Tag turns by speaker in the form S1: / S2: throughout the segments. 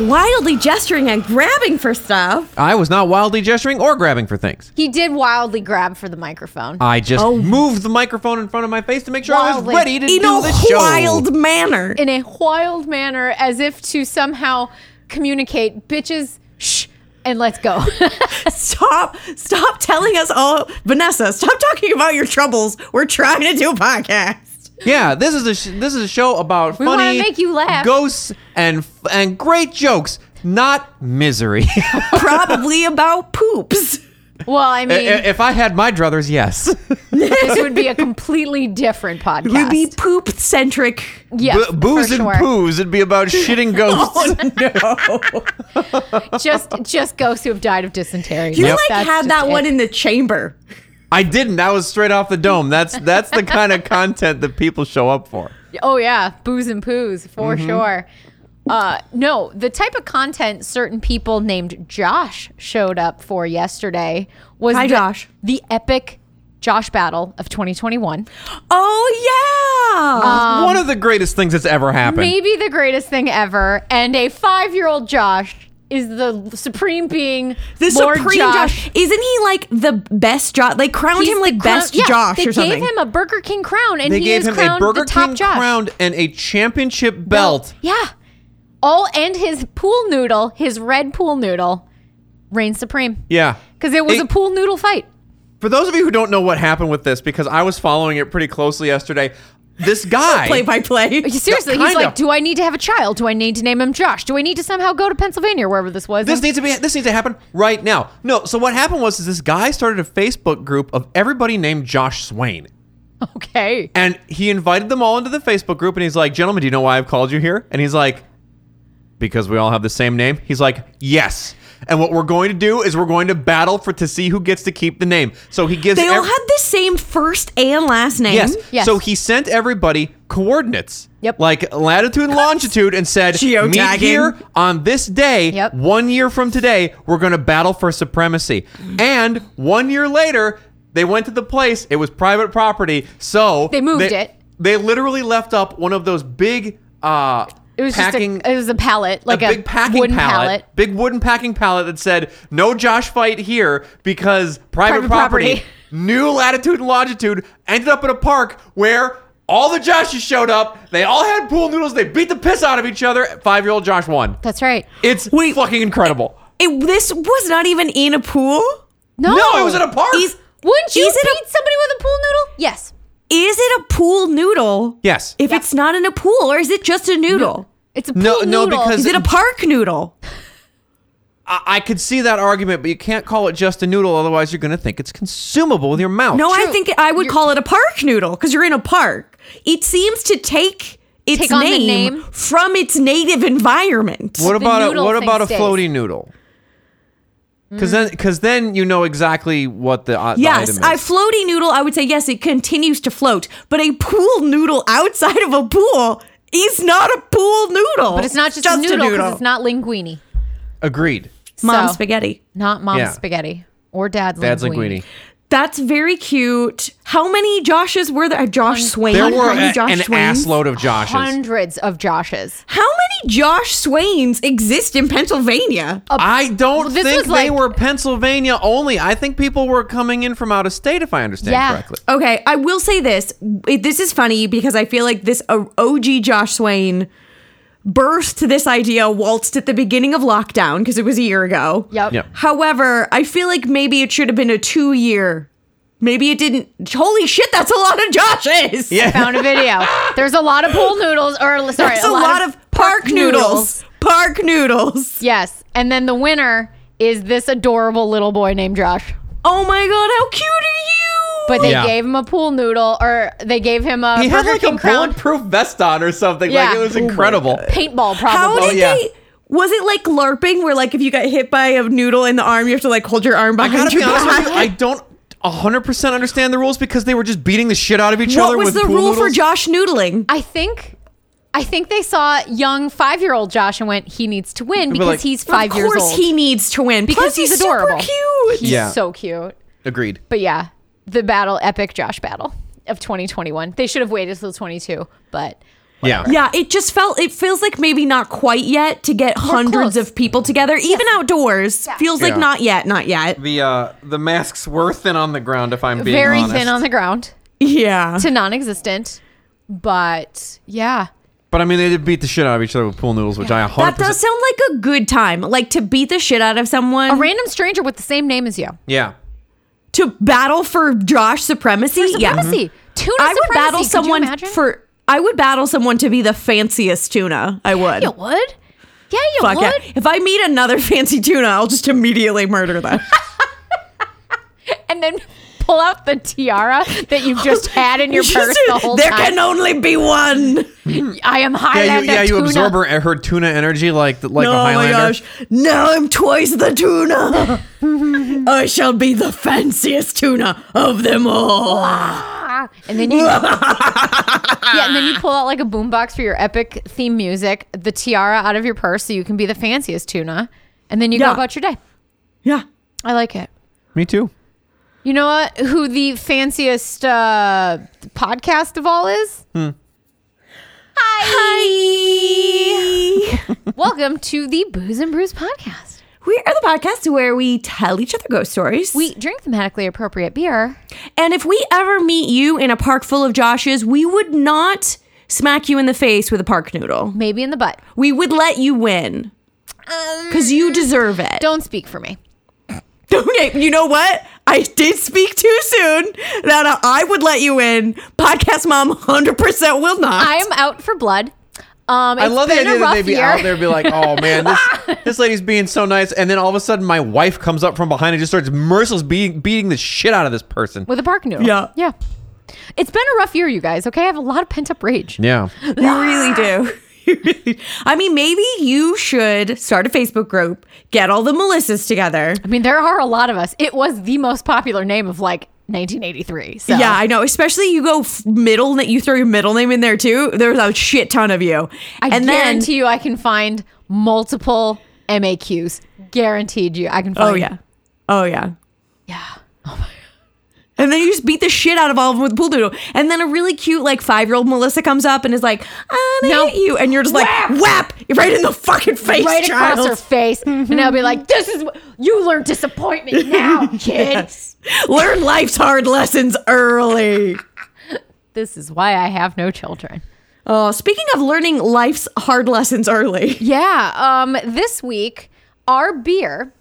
S1: Wildly gesturing and grabbing for stuff.
S2: I was not wildly gesturing or grabbing for things.
S3: He did wildly grab for the microphone.
S2: I just moved the microphone in front of my face to make sure I was
S3: Oh. Wildly.
S2: ready to
S1: In
S2: do
S1: a
S2: the show.
S1: wild manner.
S3: in a wild manner as if to somehow communicate, bitches, shh, and let's go.
S1: Stop! Stop telling us all, Vanessa. Stop talking about your troubles. We're trying to do a podcast.
S2: Yeah, this is a sh- this is a show about
S3: We wanna
S2: funny
S3: make you laugh.
S2: ghosts and f- and great jokes, not misery. I-
S1: Probably about poops.
S3: well, I mean,
S2: I- if I had my druthers, yes.
S3: this would be a completely different podcast.
S1: It would be poop centric.
S3: yes,
S2: B- booze and
S3: for sure.
S2: poos. It'd be about shitting ghosts.
S3: Just just ghosts who have died of dysentery.
S1: You
S2: Yep.
S1: like
S3: That's
S1: had
S3: just
S1: that
S3: it.
S1: one in the chamber.
S2: I didn't. That was straight off the dome. That's that's the kind of content that people show up for.
S3: Oh yeah, booze and poos for
S2: Mm-hmm.
S3: sure. Uh, no, the type of content certain people named Josh showed up for yesterday was
S1: Hi,
S3: the-
S1: Josh.
S3: the epic Josh battle of 2021.
S1: Oh
S3: Uh,
S1: yeah.
S2: One of the greatest things that's ever happened.
S3: Um, Maybe the greatest thing ever, and a five-year-old Josh is the supreme being.
S1: the
S3: Lord
S1: supreme Josh. Isn't he like the best Josh? They crowned
S3: He's
S1: him
S3: the
S1: like
S3: crown-
S1: best
S3: yeah,
S1: Josh
S3: they
S1: or something.
S3: gave him a Burger King crown, and
S2: They
S3: he
S2: gave
S3: is
S2: him a
S3: crowned
S2: Burger
S3: the top
S2: King
S3: Josh.
S2: crown and a championship belt.
S3: Yeah. All and his pool noodle, his red pool noodle, reigns supreme.
S2: Yeah.
S3: Because it was
S2: It-
S3: a pool noodle fight.
S2: For those of you who don't know what happened with this, because I was following it pretty closely yesterday, this guy
S1: play by play.
S3: Seriously, he's
S2: kinda.
S3: like, do I need to have a child? Do I need to name him Josh? Do I need to somehow go to Pennsylvania or wherever this was?
S2: This
S3: And-
S2: needs to be. This needs to happen right now. No. So what happened was, is this guy started a Facebook group of everybody named Josh Swain,
S3: okay.
S2: and he invited them all into the Facebook group, and he's like, "Gentlemen, do you know why I've called you here?" And he's like, "Because we all have the same name." He's like, "Yes." And what we're going to do is we're going to battle for to see who gets to keep the name. So he gives.
S1: They all
S2: ev-
S1: had the same first and last name.
S2: Yes.
S3: Yes.
S2: So he sent everybody coordinates.
S3: Yep.
S2: Like latitude and longitude and said,
S1: Geotagging.
S2: meet here on this day,
S3: Yep.
S2: one year from today, we're going to battle for supremacy. And one year later, they went to the place. It was private property. So
S3: They moved it.
S2: They literally left up one of those big uh,
S3: It was
S2: packing.
S3: just a, it was a pallet, like a,
S2: big packing
S3: wooden
S2: pallet,
S3: pallet.
S2: big wooden packing pallet that said "No Josh fight here" because private,
S3: Private
S2: property,
S3: property.
S2: new latitude and longitude, ended up in a park where all the Joshes showed up. They all had pool noodles. They beat the piss out of each other. Five year old Josh won.
S3: That's right.
S2: It's
S1: Wait.
S2: fucking incredible.
S1: It, this was not even in a pool.
S3: No,
S2: No, it was in a park.
S1: Is,
S3: Wouldn't you
S1: Is it a-
S3: beat somebody with a pool noodle? Yes.
S1: is it a pool noodle?
S2: Yes.
S1: If it's not in a pool, or is it just a noodle?
S3: It's a pool
S2: No- no, Oh,
S3: noodle.
S2: because-
S1: Is it a park noodle?
S2: I, I could see that argument, but you can't call it just a noodle. Otherwise, you're going to think it's consumable with your mouth.
S1: No, I
S3: True.
S1: think I would
S3: You're-
S1: call it a park noodle because you're in a park. It seems to take its
S3: Take on the
S1: name,
S3: name.
S1: from its native environment.
S2: What
S3: the
S2: about a,
S3: noodle
S2: what
S3: thing
S2: about a
S3: stays.
S2: floaty noodle? Because then,
S3: Mm.
S2: because then you know exactly what the, uh, the
S1: Yes,
S2: item
S1: a
S2: is.
S1: floaty noodle. I would say yes, it continues to float, but a pool noodle outside of a pool is not a pool noodle.
S3: but it's not just, a noodle because it's not linguine.
S2: Agreed.
S1: mom
S3: So-
S1: spaghetti.
S3: Not mom's
S2: Yeah.
S3: spaghetti or dad's,
S2: Dad's
S3: linguine.
S2: linguine.
S1: That's very cute. How many Joshes were there? Uh, Josh Swain.
S2: There were
S1: How many
S2: a- an
S1: Swains?
S2: assload of Joshes.
S3: Hundreds of Joshes.
S1: How many Josh Swains exist in Pennsylvania?
S2: I don't
S3: this
S2: think
S3: was
S2: they
S3: like-
S2: were Pennsylvania only. I think people were coming in from out of state, if I understand
S3: Yeah.
S2: correctly.
S1: Okay, I will say this. It- This is funny because I feel like this uh, OG Josh Swain burst this idea waltzed at the beginning of lockdown because it was a year ago.
S3: Yep.
S2: Yeah.
S1: However, I feel like maybe it should have been a two year. Maybe it didn't. Holy shit, that's a lot of Joshes.
S2: Yeah.
S3: Found a video. There's a lot of pool noodles, or sorry,
S1: That's a, lot, of, park noodles. Park noodles.
S3: Yes, and then the winner is this adorable little boy named Josh.
S1: Oh my god, how cute are you?
S3: But they
S2: Yeah.
S3: gave him a pool noodle, or they gave him a
S2: He had
S3: Burger
S2: like
S3: King
S2: a
S3: crown
S2: bulletproof vest on or something.
S3: Yeah.
S2: Like it was
S3: Oh my
S2: incredible.
S3: paintball,
S1: how
S3: probably.
S1: did
S2: Oh, yeah.
S1: they? Was it like LARPing, where like if you got hit by a noodle in the arm, you have to like hold your arm back
S2: I gotta
S1: onto
S2: be
S1: your
S2: honest with you,
S1: back?
S2: I don't hundred percent understand the rules because they were just beating the shit out of each other.
S1: What
S2: with
S1: was the
S2: pool
S1: rule for
S2: noodles.
S1: Josh noodling?
S3: I think I think they saw young five year old Josh and went, he needs to win because
S2: like,
S3: he's five
S1: of
S3: years
S1: course
S3: old.
S1: he needs to win
S3: because
S1: Plus,
S3: he's,
S1: he's,
S3: adorable.
S1: Super cute.
S3: He's
S2: Yeah.
S3: so cute.
S2: Agreed.
S3: But yeah, the battle, epic Josh battle of 2021. They should have waited till 22, but
S2: Yeah.
S1: Yeah, it just felt it feels like maybe not quite yet to get hundreds
S3: close.
S1: of people together, even outdoors. Feels like
S2: Yeah.
S1: not yet, not yet.
S2: The uh, the masks were thin on the ground. If I'm being
S3: very
S2: honest.
S3: thin on the ground
S1: Yeah.
S3: to non existent. But yeah,
S2: But I mean, they did beat the shit out of each other with pool noodles, which I hundred
S1: That does
S2: percent.
S1: sound like a good time. Like to beat the shit out of someone
S3: a random stranger with the same name as you.
S2: Yeah.
S1: to battle for Josh supremacy. Yeah. Mm-hmm.
S3: Supremacy. Tuna
S1: I would
S3: supremacy.
S1: battle
S3: Could you
S1: someone
S3: imagine?
S1: for I would battle someone to be the fanciest tuna. I would.
S3: You would? Yeah, you
S1: Fuck
S3: would.
S1: it. If I meet another fancy tuna, I'll just immediately murder them.
S3: And then pull out the tiara that you've just had in your purse the whole
S1: there
S3: time.
S1: can only be one.
S3: I am
S2: Yeah,
S3: Highlander
S2: you, yeah, you
S3: tuna.
S2: absorb her, her tuna energy like the, like a
S1: oh my
S2: Highlander.
S1: gosh. Now I'm twice the tuna. I shall be the fanciest tuna of them all.
S3: Ah, and then you yeah, and then you
S1: Ah.
S3: pull out like a boombox for your epic theme music, the tiara out of your purse, so you can be the fanciest tuna, and then you go
S1: Yeah.
S3: about your day.
S1: Yeah.
S3: I like it.
S2: Me too.
S3: You know what? Who the fanciest uh, podcast of all is?
S1: Hi.
S3: Welcome to the Booze and Brews podcast.
S1: We are the podcast where we tell each other ghost stories.
S3: We drink thematically appropriate beer.
S1: and if we ever meet you in a park full of Joshes, we would not smack you in the face with a park noodle.
S3: maybe in the butt.
S1: We would let you win
S3: Um,
S1: because you deserve it.
S3: Don't speak for me.
S1: Okay, you know what? I did speak too soon that I would let you in. Podcast mom 100% will not.
S3: I am out for blood. Um,
S2: I love the
S3: been
S2: idea that
S3: a rough
S2: they'd be
S3: year.
S2: out there and be like, oh man, this, this lady's being so nice. And then all of a sudden, my wife comes up from behind and just starts merciless beating, beating the shit out of this person.
S3: with a bark noodle.
S1: Yeah.
S3: yeah. It's been a rough year, you guys. Okay, I have a lot of pent up rage.
S2: Yeah.
S1: You really do. You really- I mean, maybe you should start a Facebook group, get all the Melissas together.
S3: I mean, there are a lot of us. It was the most popular name of like 1983. So
S1: Yeah, I know. Especially you go f- middle, na- you throw your middle name in there too. There's a shit ton of you.
S3: I
S1: and then,
S3: guarantee you, I can find multiple MAQs. Guaranteed you, I can find.
S1: oh yeah, oh yeah. Oh
S3: yeah.
S1: And then you just beat the shit out of all of them with pool noodle. And then a really cute, like, five year old Melissa comes up and is like, I hate
S3: No.
S1: you. And you're just
S3: Whap!
S1: like, whap, right in the fucking face,
S3: Right
S1: child.
S3: across her face,
S2: Mm-hmm.
S3: and I'll be like, "This is what you learn disappointment now, kid.
S1: Learn life's hard lessons early.
S3: This is why I have no children."
S1: Oh, speaking of learning life's hard lessons early,
S3: Yeah. Um, this week, our beer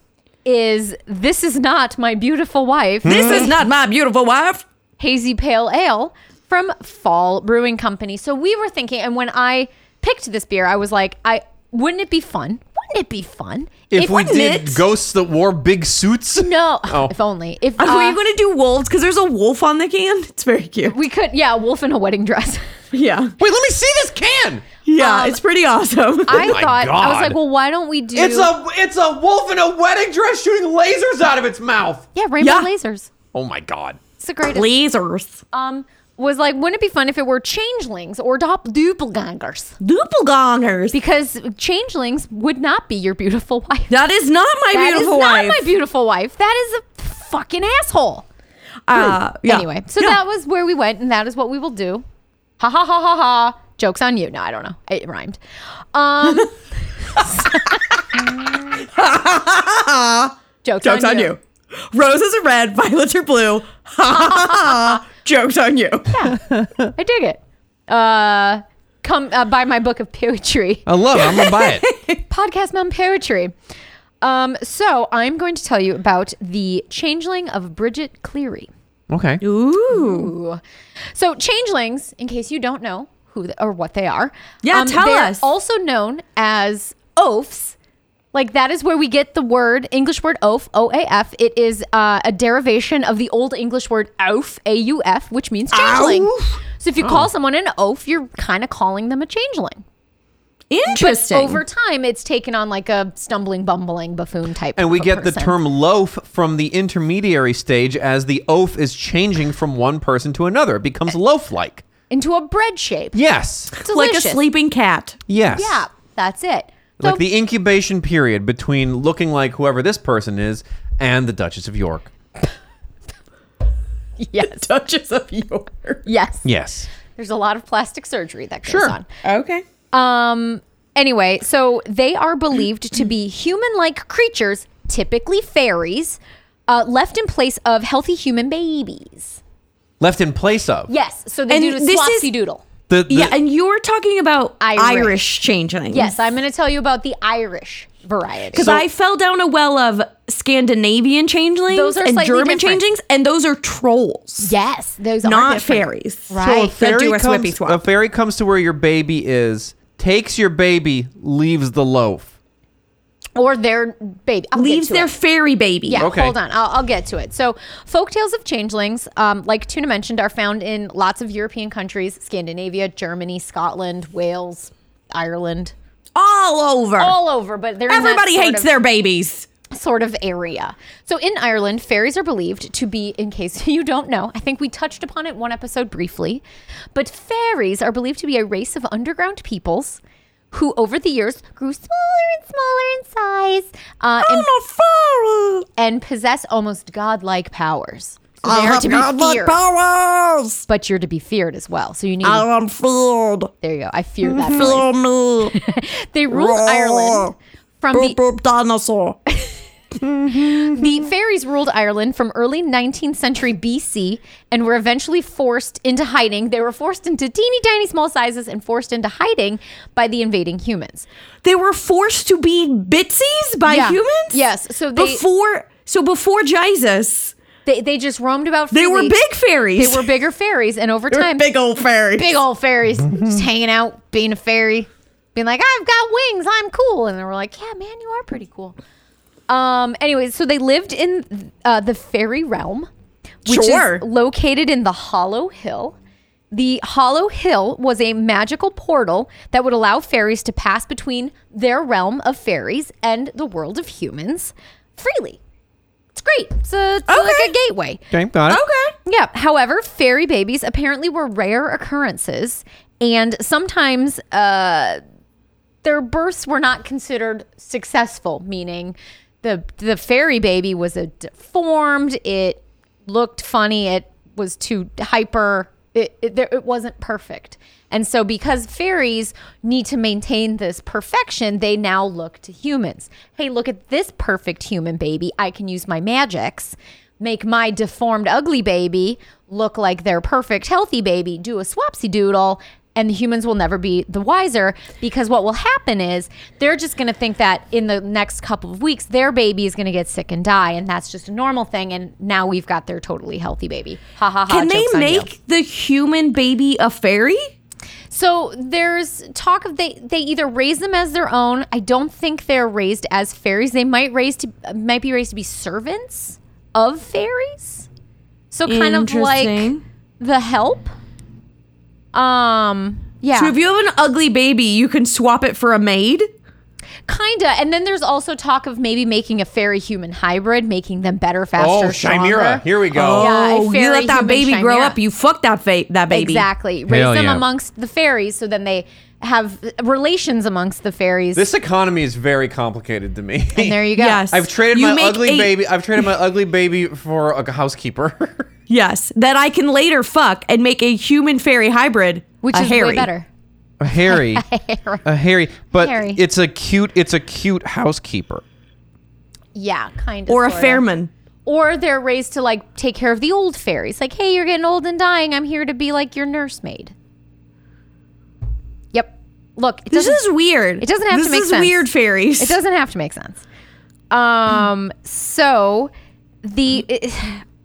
S3: is This Is Not My Beautiful Wife,
S2: Hmm?
S1: this is not my beautiful wife.
S3: Hazy Pale Ale from Fall Brewing Company. So we were thinking, and when I picked this beer, I was like, I wouldn't it be fun? Wouldn't it be fun
S2: If, we
S1: wouldn't
S2: did
S1: it?
S2: ghosts that wore big suits.
S3: No,
S2: Oh.
S3: if only. If
S1: Are
S3: uh,
S1: we going to do wolves? Because there's a wolf on the can. It's very cute.
S3: we could, yeah, wolf in a wedding dress.
S1: Yeah.
S2: Wait, let me see this can.
S1: Yeah,
S3: Um,
S1: it's pretty awesome.
S3: I
S2: my
S3: thought I was
S2: God.
S3: like, well, why don't we do?
S2: It's a it's a wolf in a wedding dress shooting lasers out of its mouth.
S3: yeah, rainbow
S1: Yeah.
S3: lasers.
S2: Oh my god.
S3: It's the greatest.
S1: Lasers.
S3: Um, was like, wouldn't it be fun if it were changelings or doppel doppelgangers?
S1: Doppelgangers.
S3: because changelings would not be your beautiful wife.
S1: That is not my
S3: That is
S1: beautiful
S3: not
S1: wife.
S3: my beautiful wife. That is a fucking asshole.
S1: Uh, yeah.
S3: Anyway, so
S1: No.
S3: that was where we went, and that is what we will do. Ha ha ha ha ha. Jokes on you. No, I don't know. It rhymed. Um, jokes,
S1: Jokes
S3: on,
S1: on you. Roses are red, violets are blue. Ha ha ha ha. Jokes on you.
S3: I dig it. Uh, come uh, buy my book of poetry.
S2: I love it. I'm gonna buy it.
S3: podcast mom poetry. Um, so I'm going to tell you about the changeling of Bridget Cleary.
S2: Okay.
S1: Ooh.
S3: So changelings, in case you don't know who the, or what they are, um,
S1: Yeah, tell
S3: they're
S1: us.
S3: Also known as oafs. Like that is where we get the word English word oaf, O A F. It is uh, a derivation of the Old English word oaf, A U F, which means changeling.
S1: Ouf.
S3: So if you call someone an oaf, you're kind of calling them a changeling.
S1: Interesting.
S3: Over time, it's taken on like a stumbling, bumbling buffoon type.
S2: And we
S3: of
S2: get the
S3: person.
S2: term loaf from the intermediary stage as the oaf is changing from one person to another. It becomes
S1: Eh.
S2: loaf like.
S3: into a bread shape.
S2: Yes.
S1: like a
S3: Delicious.
S1: sleeping cat.
S2: Yes.
S3: Yeah, that's it. So,
S2: Like the incubation period between looking like whoever this person is and the Duchess of York.
S3: yes,
S1: Duchess of York.
S3: yes,
S2: Yes.
S3: There's a lot of plastic surgery that goes
S2: Sure.
S3: on.
S1: Okay.
S3: Um. Anyway, so they are believed to be human-like creatures, typically fairies, uh, left in place of healthy human babies.
S2: Left in place of.
S3: Yes, so they
S1: And
S3: do
S1: this is-
S3: swapsy doodle.
S2: The, the-
S1: yeah, and you were talking about
S3: Irish.
S1: Irish, changelings.
S3: Yes, I'm going to tell you about the Irish variety.
S1: Because I fell down a well of Scandinavian changelings
S3: Those are
S1: and
S3: slightly
S1: German
S3: different.
S1: changelings, and those are trolls,
S3: Yes, those are
S1: not
S3: different.
S1: fairies.
S3: Right.
S2: So a
S3: That
S2: fairy,
S1: do a
S2: comes,
S1: swippy swap.
S2: a fairy comes to where your baby is, takes your baby, leaves the loaf.
S3: or their baby I'll get
S1: Leaves
S3: to
S1: their
S3: it.
S1: fairy baby.
S3: Yeah,
S2: Okay.
S3: hold on. I'll, I'll get to it. So, folktales of changelings, um, like Tuna mentioned, are found in lots of European countries Scandinavia, Germany, Scotland, Wales, Ireland,
S1: all over.
S3: all over. But they're in that
S1: Everybody
S3: sort
S1: hates
S3: of-
S1: their babies.
S3: sort of area. So, in Ireland, fairies are believed to be, in case you don't know, I think we touched upon it one episode briefly, but fairies are believed to be a race of underground peoples. Who over the years grew smaller and smaller in size uh, and
S1: a fairy.
S3: and possess almost godlike powers. So
S1: I
S3: they are
S1: have
S3: to be
S1: godlike
S3: feared,
S1: powers.
S3: but you're to be feared as well. So you need.
S1: I am feared.
S3: there you go. I fear that.
S1: Fear
S3: noise.
S1: me.
S3: They ruled
S1: Roar.
S3: Ireland from
S1: boop
S3: the
S1: boop dinosaur.
S3: the fairies ruled Ireland from early 19th century BC and were eventually forced into hiding. They were forced into teeny tiny small sizes and forced into hiding by the invading humans.
S1: they were forced to be bitsies by
S3: Yeah.
S1: humans.
S3: Yes, so they-
S1: before so before Jesus,
S3: They they just roamed about.
S1: they were
S3: freely.
S1: big fairies.
S3: They were bigger fairies, and over time,
S1: big old fairies. Mm-hmm.
S3: big old fairies just hanging out, being a fairy, being like, I've got wings, I'm cool. And they were like, Yeah, man, you are pretty cool. Um, anyways, so they lived in uh, the fairy realm, which
S1: Sure.
S3: is located in the Hollow Hill. The Hollow Hill was a magical portal that would allow fairies to pass between their realm of fairies and the world of humans freely. It's great. It's, a, it's like
S1: Okay.
S3: a gateway.
S2: Okay, got it.
S1: Okay.
S3: Yeah. However, fairy babies apparently were rare occurrences, and sometimes uh, their births were not considered successful. Meaning, the the fairy baby was a deformed. It looked funny. It was too hyper. It it, there, it wasn't perfect. And so, because fairies need to maintain this perfection, they now look to humans. Hey, look at this perfect human baby. I can use my magics make my deformed ugly baby look like their perfect healthy baby, do a swapsy doodle, and the humans will never be the wiser because what will happen is they're just going to think that in the next couple of weeks their baby is going to get sick and die and that's just a normal thing and now we've got their totally healthy baby. Ha ha ha.
S1: Can
S3: joke's
S1: they
S3: on you.
S1: make the human baby a fairy?
S3: So there's talk of they they either raise them as their own. I don't think they're raised as fairies. They might raise to might be raised to be servants of fairies. So kind of like
S1: Interesting.
S3: the help. Um yeah.
S1: So if you have an ugly baby, you can swap it for a maid.
S3: Kinda, and then there's also talk of maybe making a fairy human hybrid, making them better, faster,
S2: Oh,
S3: stronger.
S2: Chimera. Here we go.
S3: Yeah, a
S1: oh, you
S3: fairy
S1: let that
S3: human
S1: baby grow
S3: chimera.
S1: up. You fuck that fa- that baby.
S3: Exactly, raise
S2: Hell
S3: them
S2: yeah.
S3: amongst the fairies, so then they have relations amongst the fairies.
S2: This economy is very complicated to me.
S3: and there you go.
S1: Yes.
S2: I've traded
S1: You
S2: my
S1: make
S2: ugly
S1: eight-
S2: baby. I've traded my ugly baby for a housekeeper.
S1: Yes, that I can later fuck and make a human fairy hybrid,
S3: which
S1: a
S3: is
S1: hairy.
S3: way better.
S2: a hairy, a hairy, but
S3: Hairy.
S2: it's a cute. It's a cute housekeeper.
S3: Yeah, kind of.
S1: or a
S3: sorta.
S1: fairman.
S3: Or they're raised to like take care of the old fairies. Like, hey, you're getting old and dying. I'm here to be like your nursemaid. Yep. Look, it
S1: This
S3: doesn't,
S1: is weird.
S3: it doesn't have to
S1: this
S3: make
S1: is
S3: sense.
S1: Weird fairies.
S3: it doesn't have to make sense. Um. So the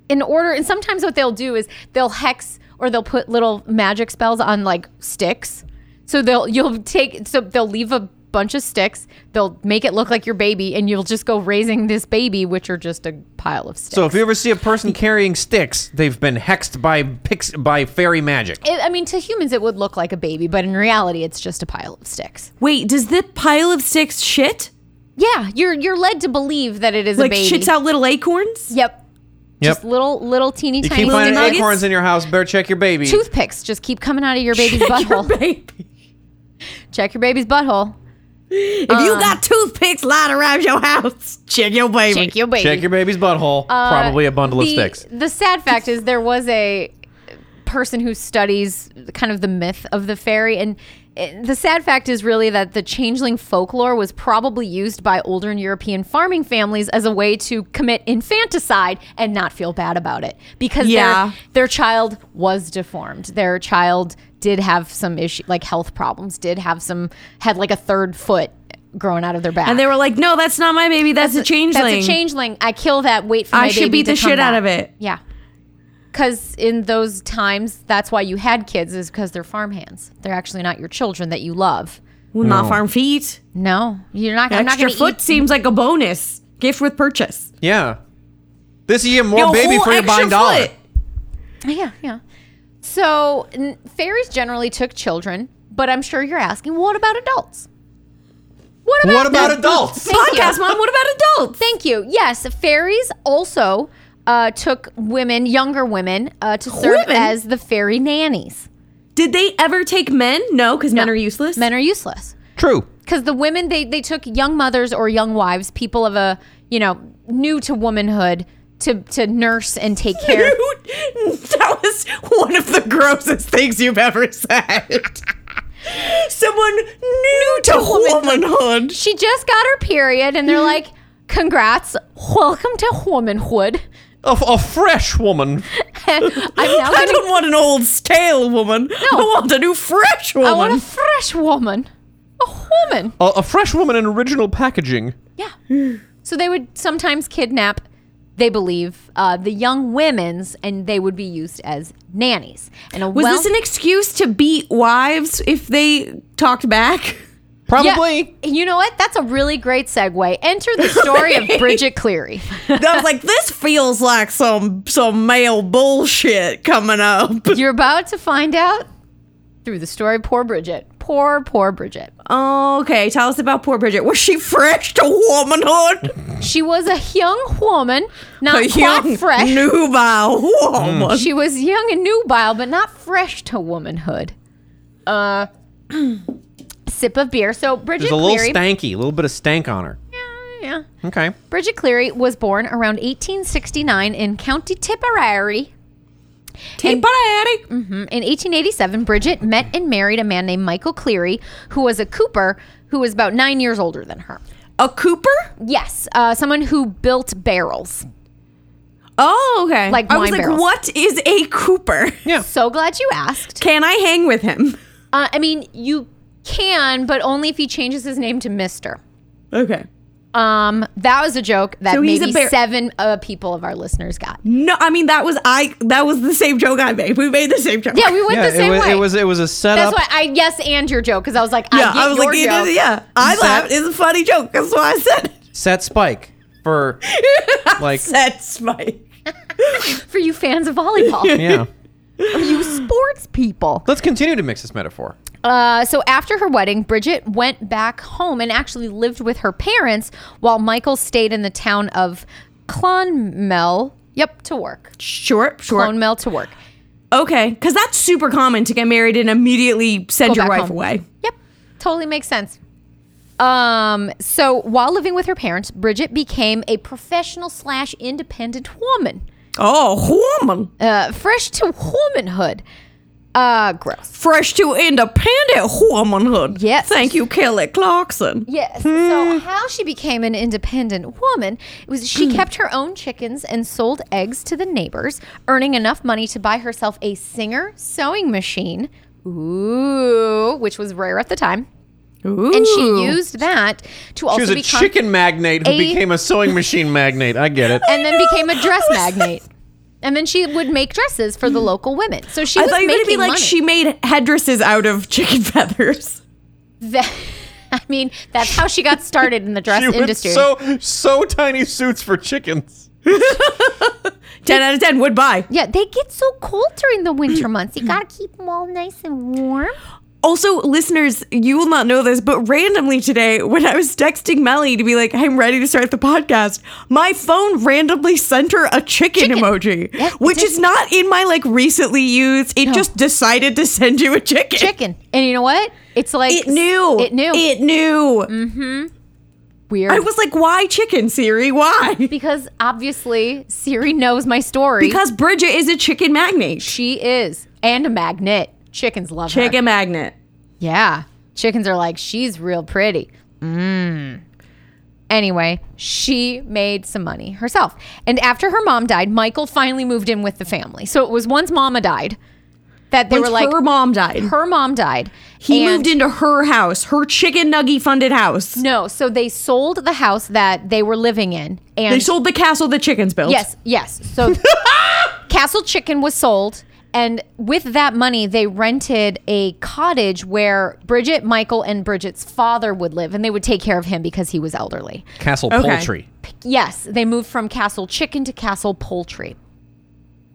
S3: in order, and sometimes what they'll do is they'll hex or they'll put little magic spells on like sticks. So they'll you'll take so they'll leave a bunch of sticks. They'll make it look like your baby, and you'll just go raising this baby, which are just a pile of sticks.
S2: So if you ever see a person carrying sticks, they've been hexed by pix- by fairy magic.
S3: It- I mean, to humans, it would look like a baby, but in reality, it's just a pile of sticks.
S1: Wait, does the pile of sticks shit?
S3: Yeah, you're you're led to believe that it is a
S1: Like
S3: baby.
S1: shits out little acorns?
S3: Yep. Just
S2: Yep.
S3: little little teeny
S2: You
S3: tiny
S2: keep finding
S1: nuggets?
S2: acorns in your house, better check your baby.
S3: toothpicks just keep coming out of your baby's
S1: Your
S3: butthole.
S1: baby.
S3: Check your baby's butthole.
S1: If
S3: Um.
S1: you got toothpicks lying around your house, check your baby.
S3: Check your baby. Uh,
S2: check your baby's butthole. probably a bundle of
S3: the-
S2: sticks.
S3: The sad fact is, there was a person who studies kind of the myth of the fairy, and it- the sad fact is really that the changeling folklore was probably used by older European farming families as a way to commit infanticide and not feel bad about it because their-
S1: Yeah.
S3: their child was deformed. Their child did have some issue, like health problems. Did have some had like a third foot growing out of their back.
S1: and they were like, no, that's not my baby. That's, a changeling.
S3: That's a changeling. I kill that. Wait for
S1: I
S3: my
S1: should
S3: baby
S1: beat the
S3: to come
S1: shit out
S3: back.
S1: of it.
S3: Yeah, because in those times, that's why you had kids is because they're farmhands. They're actually not your children that you love.
S1: Well, Not farm feet.
S3: No, you're not. I'm not
S1: Extra
S3: going to
S1: foot
S3: eat.
S1: seems like a bonus. Gift with purchase.
S2: Yeah. This year, more
S1: Yo,
S2: baby
S1: whole
S2: for your
S1: extra
S2: buying dollar.
S1: foot.
S3: Yeah, yeah. So n- fairies generally took children, but I'm sure you're asking, what about adults? What about
S2: What about
S3: them?
S2: adults?
S3: Thank you.
S1: Podcast mom, what about adults?
S3: Thank you. Yes, fairies also uh, took women, younger women, uh, to serve
S1: Women?
S3: as the fairy nannies.
S1: Did they ever take men? No, because men are useless.
S3: Men are useless.
S2: True.
S3: because the women they they took young mothers or young wives, people of a you know new to womanhood, to to nurse and take care.
S1: Dude, that was one of the grossest things you've ever said. Someone new, to, womanhood.
S3: she just got her period, and they're like, "Congrats, welcome to womanhood."
S2: A, a fresh woman.
S3: I'm now
S1: I
S3: gonna.
S1: don't want an old stale woman. I want a new fresh
S3: I want a
S1: woman.
S3: fresh woman, a woman.
S2: A, a fresh woman in original packaging.
S3: Yeah. So they would sometimes kidnap, they believe, uh, the young women's, and they would be used as nannies. And a
S1: was
S3: well-
S1: this an excuse to beat wives if they talked back?
S2: Probably.
S3: Yeah, you know what? That's a really great segue. Enter the story of Bridget Cleary.
S1: I was like, this feels like some some male bullshit coming up.
S3: You're about to find out through the story of poor Bridget. Poor, poor Bridget.
S1: Okay, tell us about poor Bridget. Was she fresh to womanhood?
S3: She was a young woman, not
S1: A
S3: quite
S1: young,
S3: fresh.
S1: nubile woman.
S3: she was young and nubile, but not fresh to womanhood. Uh, sip of beer. So Bridget
S2: There's a little
S3: Cleary.
S2: stanky, a little bit of stank on her.
S3: yeah.
S2: Okay.
S3: Bridget Cleary was born around 1869 in County Tipperary,
S1: Tipperary.
S3: In 1887, Bridget met and married a man named Michael Cleary, who was a Cooper who was about nine years older than her.
S1: A Cooper?
S3: Yes, uh, someone who built barrels.
S1: Oh, okay.
S3: Like
S1: I was
S3: wine
S1: like,
S3: barrels.
S1: what is a Cooper?
S2: Yeah.
S3: So glad you asked.
S1: Can I hang with him?
S3: Uh, I mean, you can, but only if he changes his name to Mister.
S1: Okay.
S3: Um, that was a joke that
S1: So he's
S3: maybe
S1: a bar-
S3: seven uh, people of our listeners got.
S1: No, I mean that was I. That was the same joke I made. We made the same joke.
S3: Yeah, we went
S2: yeah,
S3: the same
S2: it, was,
S3: way.
S2: it was it was a setup.
S3: That's why I yes and your joke because I was like I
S1: Yeah,
S3: get
S1: I was
S3: your
S1: like, yeah,
S3: joke.
S1: yeah. I laughed. It's a funny joke. That's why I said it.
S2: Set spike for like
S1: That's my.
S3: For you fans of volleyball,
S2: yeah.
S3: you sports people.
S2: Let's continue to mix this metaphor.
S3: Uh, so after her wedding, Bridget went back home and actually lived with her parents while Michael stayed in the town of Clonmel. Yep, to work.
S1: Short, short.
S3: Clonmel to work.
S1: Okay, because that's super common to get married and immediately send
S3: Go
S1: your
S3: back
S1: wife
S3: home.
S1: away.
S3: Yep, totally makes sense. Um, so while living with her parents, Bridget became a professional slash independent woman,
S1: Oh, woman,
S3: uh, fresh to womanhood. Uh, gross.
S1: fresh to independent womanhood.
S3: Yes.
S1: Thank you, Kelly Clarkson.
S3: Yes. So how she became an independent woman was she kept her own chickens and sold eggs to the neighbors, earning enough money to buy herself a Singer sewing machine, ooh, which was rare at the time, and she used that to
S2: She
S3: also
S2: was a
S3: become
S2: chicken magnate who
S3: a-
S2: became a sewing machine magnate. I get it.
S3: and then became a dress magnate. And then she would make dresses for the local women. So she
S1: I
S3: was
S1: thought you were
S3: making
S1: gonna be like
S3: money.
S1: she made headdresses out of chicken feathers.
S3: That- I mean, that's how she got started in the dress
S2: She went
S3: industry.
S2: so so tiny suits for chickens.
S1: 10 out of 10 would buy.
S3: yeah, they get so cold during the winter months. You gotta keep them all nice and warm.
S1: Also, listeners, you will not know this, but randomly today, when I was texting Melly to be like, I'm ready to start the podcast, my phone randomly sent her a chicken,
S3: Chicken.
S1: emoji,
S3: Yeah, it
S1: which
S3: did.
S1: is not in my like recently used. It
S3: No.
S1: just decided to send you a chicken.
S3: Chicken, and you know what? It's like
S1: It knew.
S3: It knew. Mm-hmm.
S1: It knew.
S3: Weird.
S1: I was like, why chicken, Siri? Why?
S3: because obviously Siri knows my story.
S1: Because Bridget is a chicken magnate.
S3: she is and a magnet. Chickens love her.
S1: Chicken magnet.
S3: Yeah. Chickens are like, she's real pretty. Mmm. Anyway, she made some money herself. And after her mom died, Michael finally moved in with the family. So it was once mama died that they
S1: Once
S3: were like,
S1: her mom died.
S3: her mom died.
S1: he
S3: and-
S1: moved into her house, her chicken nuggy funded house.
S3: No, so they sold the house that they were living in. And
S1: They sold the castle the chickens built.
S3: Yes, yes. So Castle Chicken was sold. And with that money, they rented a cottage where Bridget, Michael, and Bridget's father would live, and they would take care of him because he was elderly.
S2: Castle
S1: Okay.
S2: poultry.
S3: Yes, they moved from Castle Chicken to Castle Poultry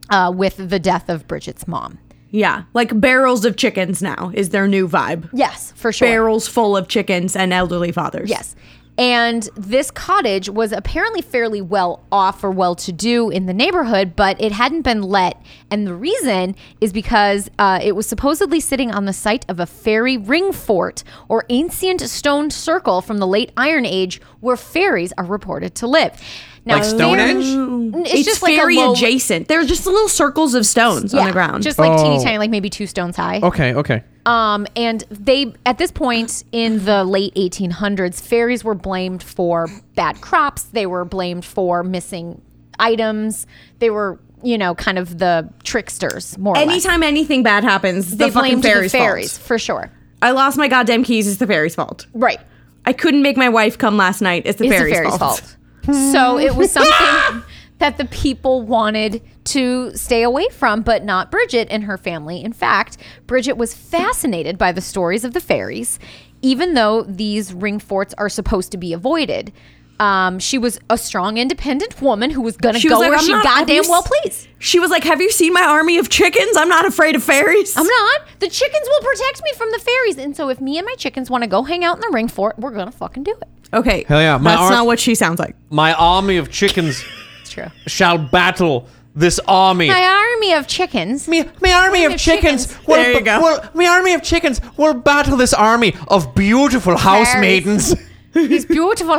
S3: uh, with the death of Bridget's mom.
S1: Yeah, like barrels of chickens now is their new vibe.
S3: Yes, for sure.
S1: Barrels full of chickens and elderly fathers.
S3: Yes. And this cottage was apparently fairly well off or well to do in the neighborhood, but it hadn't been let. And the reason is because uh, it was supposedly sitting on the site of a fairy ring fort or ancient stone circle from the late Iron Age where fairies are reported to live. Now,
S2: Like Stonehenge?
S3: fairy- It's,
S1: It's,
S3: just like
S1: very
S3: a low,
S1: adjacent. They're just little circles of stones on
S3: yeah,
S1: the ground.
S3: Just like teeny
S2: Oh.
S3: tiny, like maybe two stones high.
S2: Okay, okay.
S3: Um, and they, at this point in the late 1800s, fairies were blamed for bad crops. They were blamed for missing items. They were, you know, kind of the tricksters, more or less.
S1: Anytime anything bad happens,
S3: They
S1: the fucking
S3: blamed
S1: fairies,
S3: the fairies,
S1: fault.
S3: for sure.
S1: I lost my goddamn keys. It's the fairies' fault.
S3: Right.
S1: I couldn't make my wife come last night. It's the,
S3: It's
S1: fairies,
S3: the fairies'
S1: fault.
S3: fault. so it was something that the people wanted to stay away from, but not Bridget and her family. In fact, Bridget was fascinated by the stories of the fairies, even though these ring forts are supposed to be avoided. Um, she was a strong, independent woman who was going to
S1: She
S3: go
S1: was like,
S3: where
S1: "I'm
S3: she
S1: not- have you
S3: goddamn well
S1: s-
S3: pleased.
S1: She was like, "Have you seen my army of chickens? I'm not afraid of fairies.
S3: I'm not. The chickens will protect me from the fairies. And so if me and my chickens want to go hang out in the ring fort, we're going to fucking do it.
S1: Okay,
S2: Hell yeah, my
S1: that's
S2: ar-
S1: not what she sounds like.
S2: My army of chickens
S3: It's true.
S2: shall battle this army.
S3: My army of chickens.
S2: Me, me army of
S3: of
S2: chickens.
S3: chickens.
S2: Will,
S1: There you go.
S2: Will, me army of chickens will battle this army of beautiful housemaidens
S3: These beautiful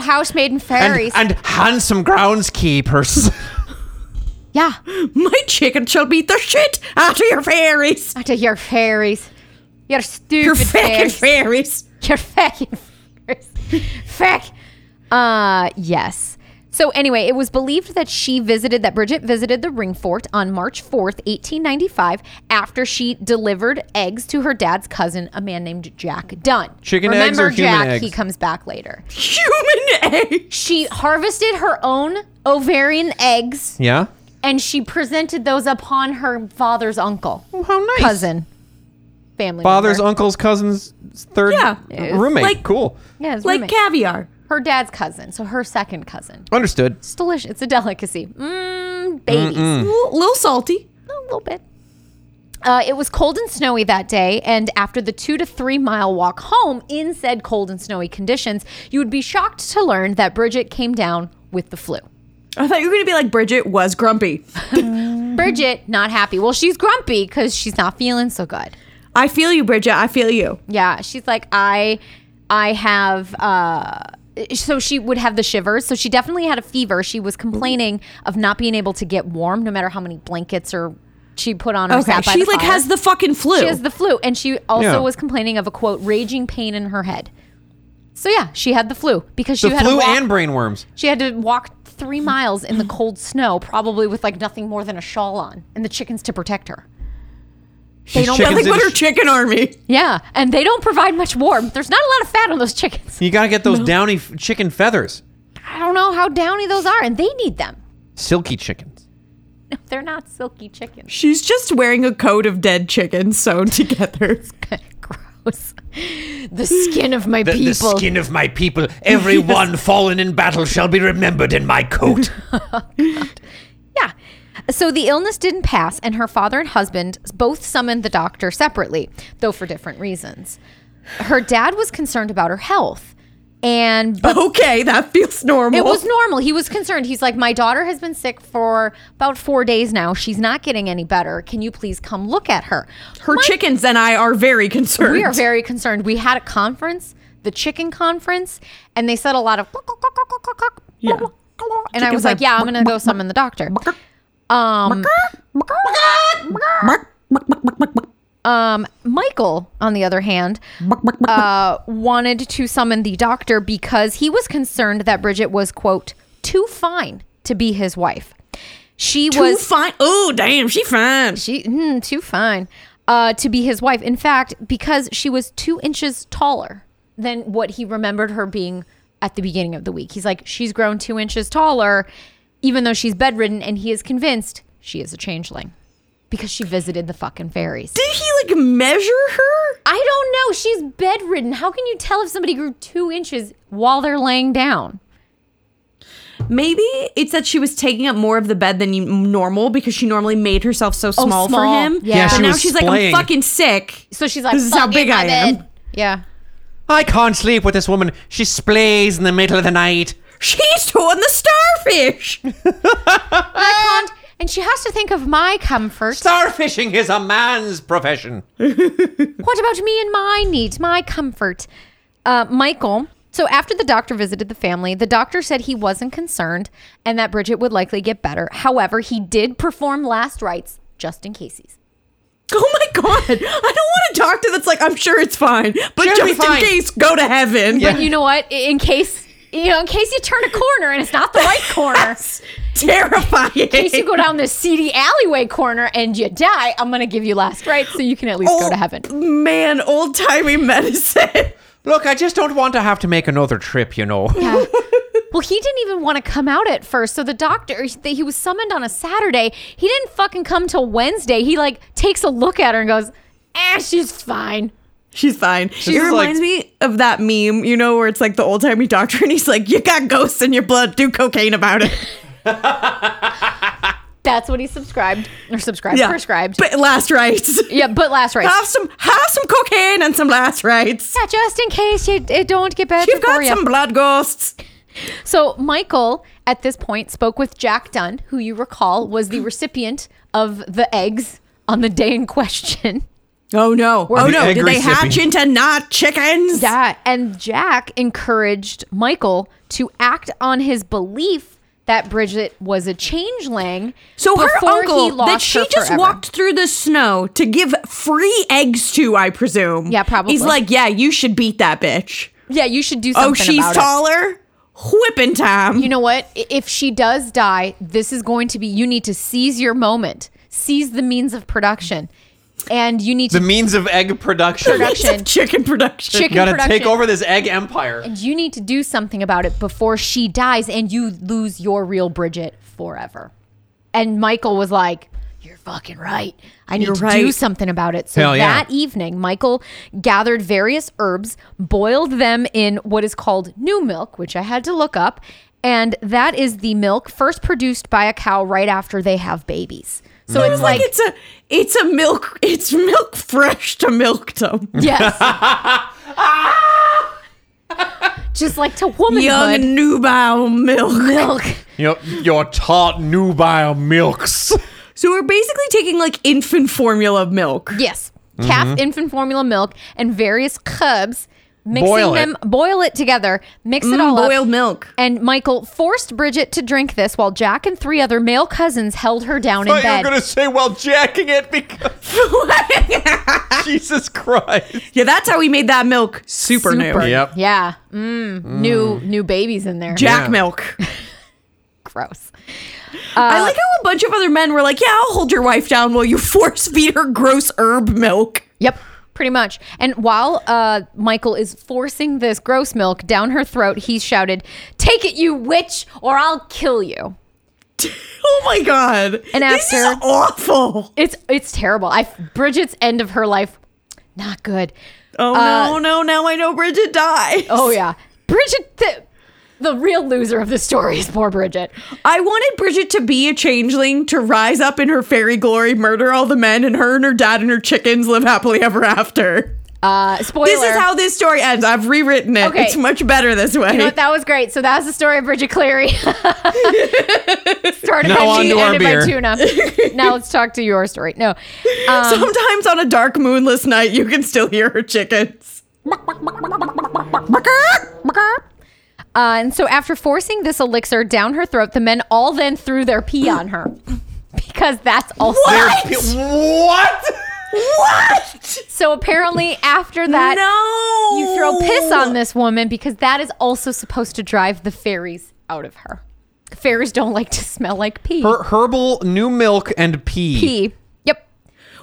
S3: housemaiden
S2: and,
S3: fairies.
S2: and handsome groundskeepers.
S3: Yeah,
S1: My chicken shall beat the shit out of your fairies.
S3: I your fairies. Your stupid
S1: Your fucking
S3: fairies.
S1: fairies.
S3: your fucking fairies. Fuck. Uh, yes. So anyway, it was believed that she visited, that Bridget visited the ring fort on March 4th, 1895, after she delivered eggs to her dad's cousin, a man named Jack Dunn.
S2: Chicken
S3: Remember
S2: eggs or human
S3: Jack,
S2: eggs?
S3: he comes back later.
S1: Human egg.
S3: She harvested her own ovarian eggs
S2: yeah?
S3: and she presented those upon her father's uncle,
S2: how nice.
S3: cousin, family.
S2: Father's,
S3: member.
S2: uncle's, cousin's third
S1: Yeah.
S2: roommate.
S1: Like-
S2: cool.
S3: yeah, his
S1: Like
S3: roommate.
S1: caviar.
S3: her dad's cousin, so her second cousin.
S2: Understood.
S3: It's delicious. It's a delicacy. Mmm, babies,
S1: Little, little salty.
S3: a little bit. Uh, it was cold and snowy that day, and after the two to three mile walk home in said cold and snowy conditions, you would be shocked to learn that Bridget came down with the flu.
S1: I thought you were going to be like Bridget was grumpy.
S3: Bridget, not happy. Well, she's grumpy because she's not feeling so good.
S1: I feel you, Bridget. I feel you.
S3: Yeah, she's like I I have uh so she would have the shivers. So she definitely had a fever. She was complaining of not being able to get warm no matter how many blankets or she put on or
S1: Okay.
S3: sat by
S1: She
S3: the
S1: like
S3: fire.
S1: has the fucking flu.
S3: she has the flu and she also
S2: Yeah.
S3: was complaining of a quote raging pain in her head. So yeah, she had the flu because she
S2: The
S3: had to
S2: flu
S3: walk,
S2: and brainworms.
S3: she had to walk 3 miles in the cold snow probably with like nothing more than a shawl on and the chickens to protect her.
S2: She's
S3: don't-
S1: Like,
S2: chickens in
S1: what
S2: a
S1: her
S2: sh-
S1: chicken army?
S3: Yeah, and they don't provide much warmth. There's not a lot of fat on those chickens.
S2: You gotta get those downy f- chicken feathers.
S3: I don't know how downy those are, and they need them.
S2: Silky chickens.
S3: No, they're not silky chickens.
S1: She's just wearing a coat of dead chickens sewn together.
S3: Gross. gross. The skin of my people.
S2: of my people, every one fallen in battle shall be remembered in my coat.
S3: Yeah. So the illness didn't pass, and her father and husband both summoned the doctor separately, though for different reasons. Her dad was concerned about her health, and but
S1: Okay, that feels normal.
S3: it was normal. He was concerned. He's like, My daughter has been sick for about four days now. She's not getting any better. Can you please come look at her?
S1: Her chickens and I are very concerned.
S3: We are very concerned. We had a conference, the chicken conference, and they said a lot of.
S1: Yeah.
S3: And I was
S1: Chickens
S3: like,
S1: are-
S3: yeah, I'm going to go summon the doctor. Um, um, Michael, on the other hand, uh, wanted to summon the doctor because he was concerned that Bridget was, quote, too fine to be his wife. She
S1: Too
S3: was
S1: fine. Oh, damn, she fine.
S3: she mm, too fine uh, to be his wife. In fact, because she was two inches taller than what he remembered her being at the beginning of the week. He's like, she's grown two inches taller, even though she's bedridden, and he is convinced she is a changeling because she visited the fucking fairies.
S1: Did he like measure her?
S3: I don't know. She's bedridden. How can you tell if somebody grew two inches while they're laying down?
S1: Maybe it's that she was taking up more of the bed than you- normal because she normally made herself so small, for
S3: Oh, small.
S1: him.
S3: Yeah. Yeah,
S1: so
S3: she
S1: now
S2: was
S1: she's
S2: splaying.
S1: like, I'm fucking sick.
S3: So she's like,
S1: This is how
S3: "Fuck it,
S1: big
S3: my
S1: I am."
S3: bed. Yeah.
S2: I can't sleep with this woman. She splays in the middle of the night.
S1: She's torn the starfish. Ah.
S3: And, and she has to think of my comfort.
S2: Starfishing is a man's profession.
S3: What about me and my needs, my comfort? Uh, Michael. So after the doctor visited the family, the doctor said he wasn't concerned and that Bridget would likely get better. However, he did perform last rites just in cases.
S1: Oh my god! I don't want a doctor that's like, I'm sure it's fine, but
S2: She'll be
S1: just in
S2: fine."
S1: case, go to heaven.
S3: But you know what? I- In case you know, in case you turn a corner and it's not the right corner, in
S1: Terrifying.
S3: case you go down this seedy alleyway corner and you die, I'm gonna give you last rites so you can at least go to heaven.
S1: Man, old timey medicine.
S2: Look, I just don't want to have to make another trip, you know.
S3: Yeah. well, he didn't even want to come out at first. So the doctor, he he was summoned on a Saturday. He didn't fucking come till Wednesday. He like takes a look at her and goes, "Ah, she's fine."
S1: She's fine. it
S2: is
S1: reminds
S2: like-
S1: me of that meme, you know, where it's like the old timey doctor and he's like, You got ghosts in your blood, do cocaine about it.
S3: That's what he subscribed or subscribed prescribed.
S1: But last rites.
S3: yeah, but last right.
S1: Have some have some cocaine and some last rites.
S3: Yeah, just in case you it don't get better
S1: You've
S3: for
S1: got
S3: you.
S1: some blood ghosts.
S3: So Michael, at this point, spoke with Jack Dunn, who you recall was the recipient of the eggs on the day in question.
S1: Oh no. oh
S2: the
S1: no.
S2: egg
S1: Did they hatch
S2: recipient.
S1: into not chickens?
S3: Yeah, and Jack encouraged Michael to act on his belief that Bridget was a changeling.
S1: So her
S3: before
S1: uncle that she
S3: her
S1: just
S3: forever.
S1: walked through the snow to give free eggs to, I presume.
S3: Yeah, probably.
S1: He's like, yeah, you should beat that bitch.
S3: Yeah, you should do something.
S1: Oh, she's
S3: about it.
S1: taller. Whipping time.
S3: You know what? I- If she does die, this is going to be. You need to seize your moment, seize the means of production, and you need
S2: The
S3: to
S2: means of egg production.
S3: Production.
S1: chicken production.
S3: chicken
S2: Gotta
S3: production.
S2: take over this egg empire.
S3: You need to do something about it before she dies, and you lose your real Bridget forever. And Michael was like, "You're fucking right. I need
S1: You're
S3: to do
S1: right."
S3: something about it." So
S2: Hell yeah.
S3: that evening, Michael gathered various herbs, boiled them in what is called new milk, which I had to look up, and that is the milk first produced by a cow right after they have babies. So it's like,
S1: It's a it's a milk it's milk fresh to milkdom.
S3: Oh yes. Just like to womanhood,
S1: Young nubile milk.
S3: milk.
S2: Your, your tart nubile milks.
S1: So we're basically taking like infant formula milk.
S3: Yes. Calf
S2: Mm-hmm.
S3: infant formula milk and various cubs, mixing
S2: Boil it.
S3: them, boil it together, mix it all up.
S1: Mm, Boiled milk.
S3: And Michael forced Bridget to drink this while Jack and three other male cousins held her down in
S2: But you were
S3: bed.
S2: gonna say while jacking it because
S3: Ah.
S2: Jesus Christ.
S1: yeah, that's how we made that milk super,
S3: Super.
S1: new.
S2: Yep.
S3: Yeah. Mm, New new babies in there.
S1: Jack
S2: Yeah.
S1: milk.
S3: Uh, Gross.
S1: I like how a bunch of other men were like, "Yeah, I'll hold your wife down while you force feed her gross herb milk."
S3: Yep. Pretty much. And while uh, Michael is forcing this gross milk down her throat, he shouted, Take it, you witch, or I'll kill you.
S1: Oh my god!
S3: And
S1: this is
S3: after-
S1: awful.
S3: It's it's terrible. I Bridget's end of her life, not good.
S1: Oh no, no, now I know Bridget dies.
S3: Uh, Oh yeah, Bridget, the, the real loser of the story is poor Bridget.
S1: I wanted Bridget to be a changeling, to rise up in her fairy glory, murder all the men, and her and her dad and her chickens live happily ever after.
S3: Uh, spoiler.
S1: This is how this story ends. I've rewritten it.
S3: Okay.
S1: It's much better this way.
S3: You know what? Oh, That was great. So that was the story of Bridget Cleary. Started
S2: Now
S3: by
S2: on
S3: tea,
S2: to our
S3: ended by
S2: beer.
S3: tuna. Now let's talk to your story. No,
S1: Sometimes on a dark moonless night, you can still hear her chickens.
S3: Uh, and so after forcing this elixir down her throat, the men all then threw their pee on her because that's also.
S2: What?
S1: What?
S3: So apparently, after that,
S1: no.
S3: you throw piss
S2: Oh.
S3: on this woman because that is also supposed to drive the fairies out of her. Fairies don't like to smell like pee.
S2: Her- herbal new milk and pee.
S3: pee. Yep.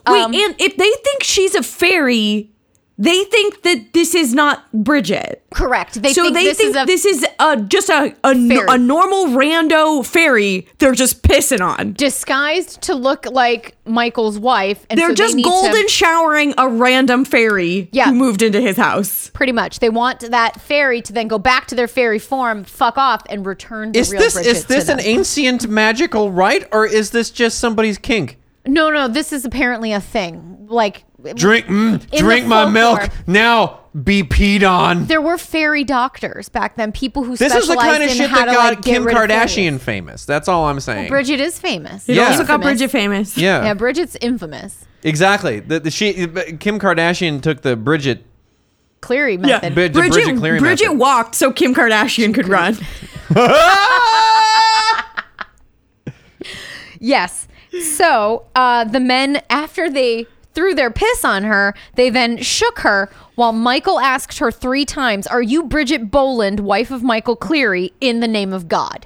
S1: Wait,
S3: Um,
S1: and if they think she's a fairy, they think that this is not Bridget.
S3: Correct. They
S1: so
S3: think
S1: they
S3: this
S1: think
S3: is a
S1: this is a just a a, no-
S3: Fairy.
S1: a normal rando fairy. They're just pissing on.
S3: disguised to look like Michael's wife. And
S1: They're
S3: so they
S1: just
S3: need to-
S1: golden showering a random fairy
S3: Yeah.
S1: who moved into his house.
S3: pretty much. They want that fairy to then go back to their fairy form, fuck off, and return the
S2: Is
S3: real
S2: this
S3: Bridget
S2: is this
S3: to
S2: an
S3: them.
S2: ancient magical rite or is this just somebody's kink?
S3: No, no, this is apparently a thing. Like
S2: Drink, mm,
S3: the
S2: drink my
S3: folklore.
S2: milk now. Be peed on.
S3: there were fairy doctors back then, people who
S2: This is the kind of
S3: specialized in
S2: shit
S3: how
S2: that
S3: to,
S2: got
S3: like, get
S2: Kim
S3: rid of fairies.
S2: Kardashian famous. That's all I'm saying.
S3: Bridget is famous.
S1: It
S2: Yeah.
S1: also got
S3: Infamous.
S1: Bridget famous.
S2: Yeah,
S3: Yeah, Bridget's infamous.
S2: exactly. The, the, she Kim Kardashian took the Bridget.
S3: Cleary
S1: Yeah.
S3: method.
S2: Brid- Bridget
S1: Bridget,
S2: Cleary
S1: Bridget,
S2: method.
S1: walked so Kim Kardashian could run.
S3: Yes. So uh, the men, after they threw their piss on her, they then shook her while Michael asked her three times, Are you Bridget Boland, wife of Michael Cleary, in the name of God?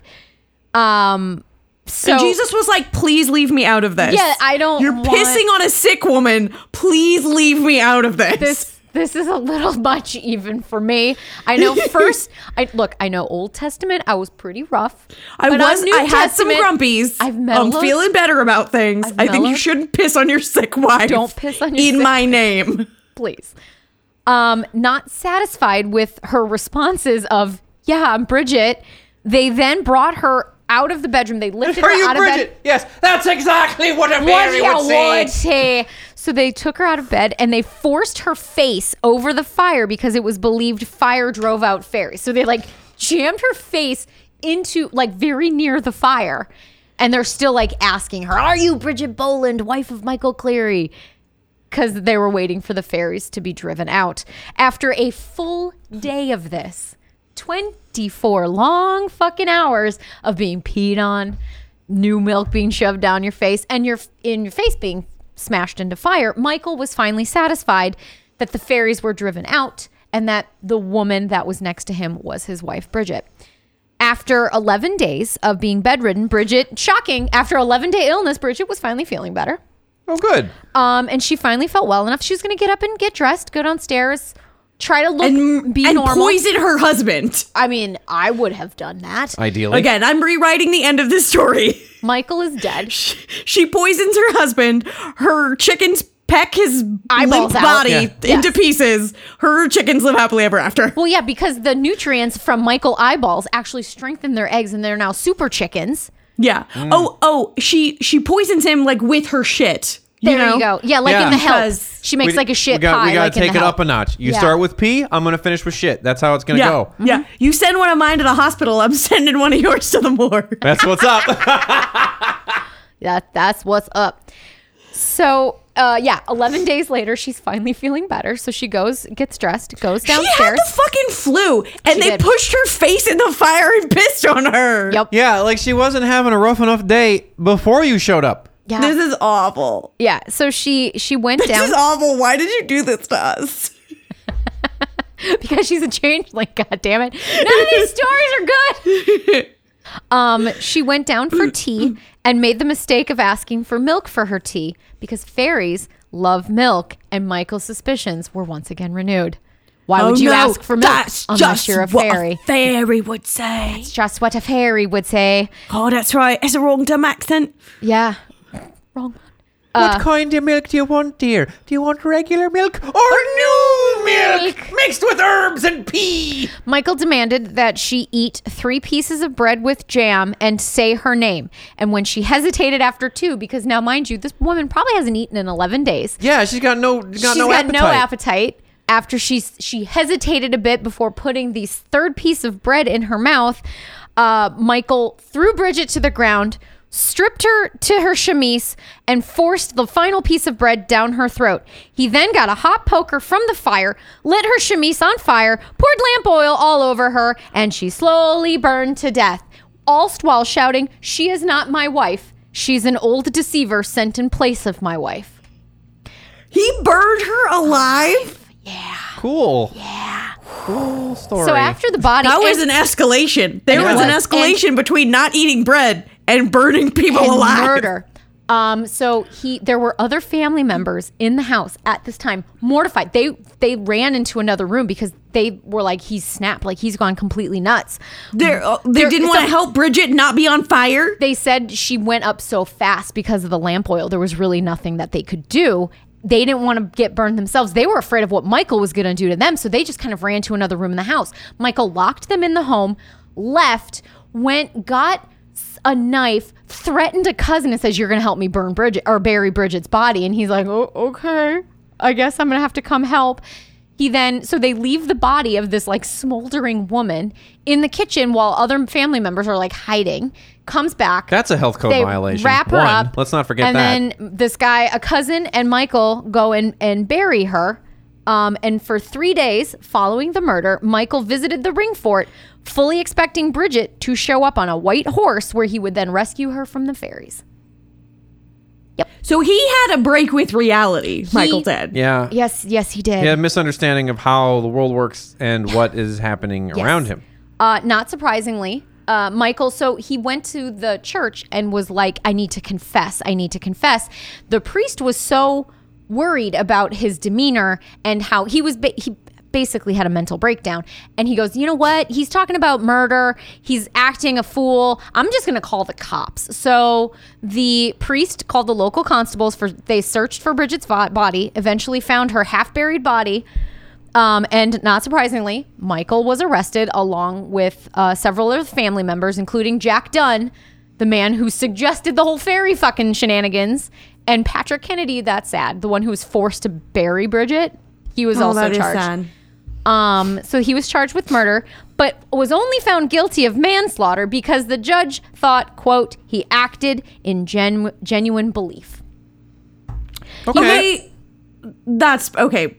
S3: Um, so
S1: and Jesus was like, please leave me out of this.
S3: Yeah, I don't
S1: You're
S3: want-
S1: pissing on a sick woman. Please leave me out of this.
S3: this this is a little much even for me. I know first I look, I know Old Testament, I was pretty rough.
S1: I
S3: but on
S1: was
S3: New
S1: I had some
S3: Testament,
S1: grumpies.
S3: I've
S1: I'm
S3: mellowed.
S1: feeling better about things.
S3: I've
S1: I think you
S3: mellowed.
S1: shouldn't piss on your sick wife.
S3: Don't piss on your
S1: in
S3: sick
S1: my name.
S3: please. Um, not satisfied with her responses of, yeah, I'm Bridget. They then brought her out of the bedroom. They lifted
S2: Are
S3: her
S2: you
S3: out of
S2: Bridget?
S3: bed.
S2: Yes, that's exactly what a
S3: What
S2: Mary would
S3: you
S2: say.
S3: would say. So they took her out of bed and they forced her face over the fire because it was believed fire drove out fairies. So they like jammed her face into like very near the fire. And they're still like asking her, Are you Bridget Boland, wife of Michael Cleary? because they were waiting for the fairies to be driven out. After a full day of this, 24 long fucking hours of being peed on, new milk being shoved down your face, and your in your face being smashed into fire, Michael was finally satisfied that the fairies were driven out and that the woman that was next to him was his wife, Bridget. After 11 days of being bedridden, Bridget, shocking, after 11 day illness, Bridget was finally feeling better.
S2: Oh, good.
S3: Um, and she finally felt well enough. She was gonna get up and get dressed, go downstairs, try to look,
S1: And,
S3: be
S1: and
S3: normal.
S1: poison her husband.
S3: I mean, I would have done that.
S2: Ideally,
S1: Again, I'm rewriting the end of this story.
S3: Michael is dead.
S1: She poisons her husband. Her chickens peck his
S3: Eyeballs
S1: limp
S3: out.
S1: body
S2: Yeah.
S1: into
S3: Yes.
S1: pieces. Her chickens live happily ever after.
S3: Well, yeah, because the nutrients from Michael eyeballs actually strengthen their eggs, and they're now super chickens.
S1: Yeah.
S2: Mm.
S1: Oh, oh, she she poisons him like with her shit.
S3: There you,
S1: know?
S3: go. Yeah, like
S2: Yeah.
S3: in the help,
S1: Because
S3: she makes
S2: We-
S3: like a shit
S2: We, got,
S3: pie.
S2: we gotta
S3: like in
S2: take
S3: the
S2: it
S3: Help.
S2: up a notch. You
S3: Yeah.
S2: start with pee. I'm gonna finish with shit. That's how it's gonna
S1: Yeah.
S2: go.
S1: Yeah. You send one of mine to the hospital. I'm sending one of yours to the morgue.
S2: That's what's up.
S3: That that's what's up. So. Uh, yeah, 11 days later, she's finally feeling better. So she goes, gets dressed, goes downstairs.
S1: She had the fucking flu, and
S3: She
S1: they
S3: did.
S1: pushed her face in the fire and pissed on her.
S3: Yep.
S2: yeah, like she wasn't having a rough enough day before you showed up.
S3: yeah.
S1: This is awful.
S3: yeah. So she she went
S1: This
S3: down.
S1: is awful. Why did you do this to us?
S3: because she's a changeling. God damn it! None of these stories are good. Um, she went down for tea and made the mistake of asking for milk for her tea because fairies love milk, and Michael's suspicions were once again renewed. Why would you ask for milk
S1: Oh, That's
S3: unless
S1: just
S3: you're a
S1: what
S3: fairy?
S1: a fairy would say.
S3: just what a fairy would say.
S1: Oh, that's right. It's a wrong dumb accent.
S3: Yeah, wrong one.
S2: what kind of milk do you want, dear? Do you want regular milk or new milk mixed with herbs and pea?
S3: Michael demanded that she eat three pieces of bread with jam and say her name. And when she hesitated after two, because now, mind you, this woman probably hasn't eaten in 11 days,
S2: Yeah, she's got no, got
S3: She's
S2: no
S3: got
S2: appetite.
S3: no appetite. After she she hesitated a bit before putting the third piece of bread in her mouth, uh, Michael threw Bridget to the ground, stripped her to her chemise, and forced the final piece of bread down her throat. He then got a hot poker from the fire, lit her chemise on fire, poured lamp oil all over her, and she slowly burned to death, allst while shouting, "She is not my wife. She's an old deceiver sent in place of my wife."
S1: He burned her alive.
S2: Cool. Yeah. Cool story.
S3: So after the body,
S1: That was
S3: and-
S1: an escalation. There
S3: Yeah.
S1: was an
S3: Was-
S1: escalation between not eating bread and burning people
S3: and
S1: alive.
S3: murder. Um, so he, there were other family members in the house at this time, mortified. They they ran into another room because they were like, he's snapped, like he's gone completely nuts.
S1: They're- uh, they
S3: There-
S1: didn't want to
S3: so-
S1: help Bridget not be on fire.
S3: They said she went up so fast because of the lamp oil. There was really nothing that they could do. They didn't want to get burned themselves. They were afraid of what Michael was going to do to them, so they just kind of ran to another room in the house. Michael locked them in the home, left, went, got s- a knife, threatened a cousin, and says, "You're going to help me burn Bridget or bury Bridget's body." And he's like, "Oh, okay. I guess I'm going to have to come help." He then, so they leave the body of this like smoldering woman in the kitchen while other family members are like hiding. Comes back.
S2: That's a health code
S3: They
S2: violation.
S3: Wrap her
S2: One.
S3: up.
S2: Let's not forget
S3: and
S2: that.
S3: then this guy, a cousin, and Michael go and and bury her. Um, and for three days following the murder, Michael visited the ring fort, fully expecting Bridget to show up on a white horse, where he would then rescue her from the fairies.
S1: So he had a break with reality, Michael did.
S2: yeah.
S3: Yes, yes, he did.
S2: He had a misunderstanding of how the world works and what is happening around him.
S3: Uh, not surprisingly, uh, Michael, so he went to the church and was like, I need to confess. I need to confess. The priest was so worried about his demeanor and how he was, ba- he basically had a mental breakdown. And he goes, You know what? He's talking about murder. He's acting a fool. I'm just going to call the cops. So the priest called the local constables for, they searched for Bridget's vo- body, eventually found her half buried body. Um, and not surprisingly, Michael was arrested along with uh, several other family members, including Jack Dunn, the man who suggested the whole fairy fucking shenanigans, and Patrick Kennedy. That's sad. The one who was forced to bury Bridget. He
S1: Oh,
S3: was also charged. Um, so he was charged with murder, but was only found guilty of manslaughter because the judge thought, "quote He acted in genu- genuine belief."
S1: Okay. That's okay.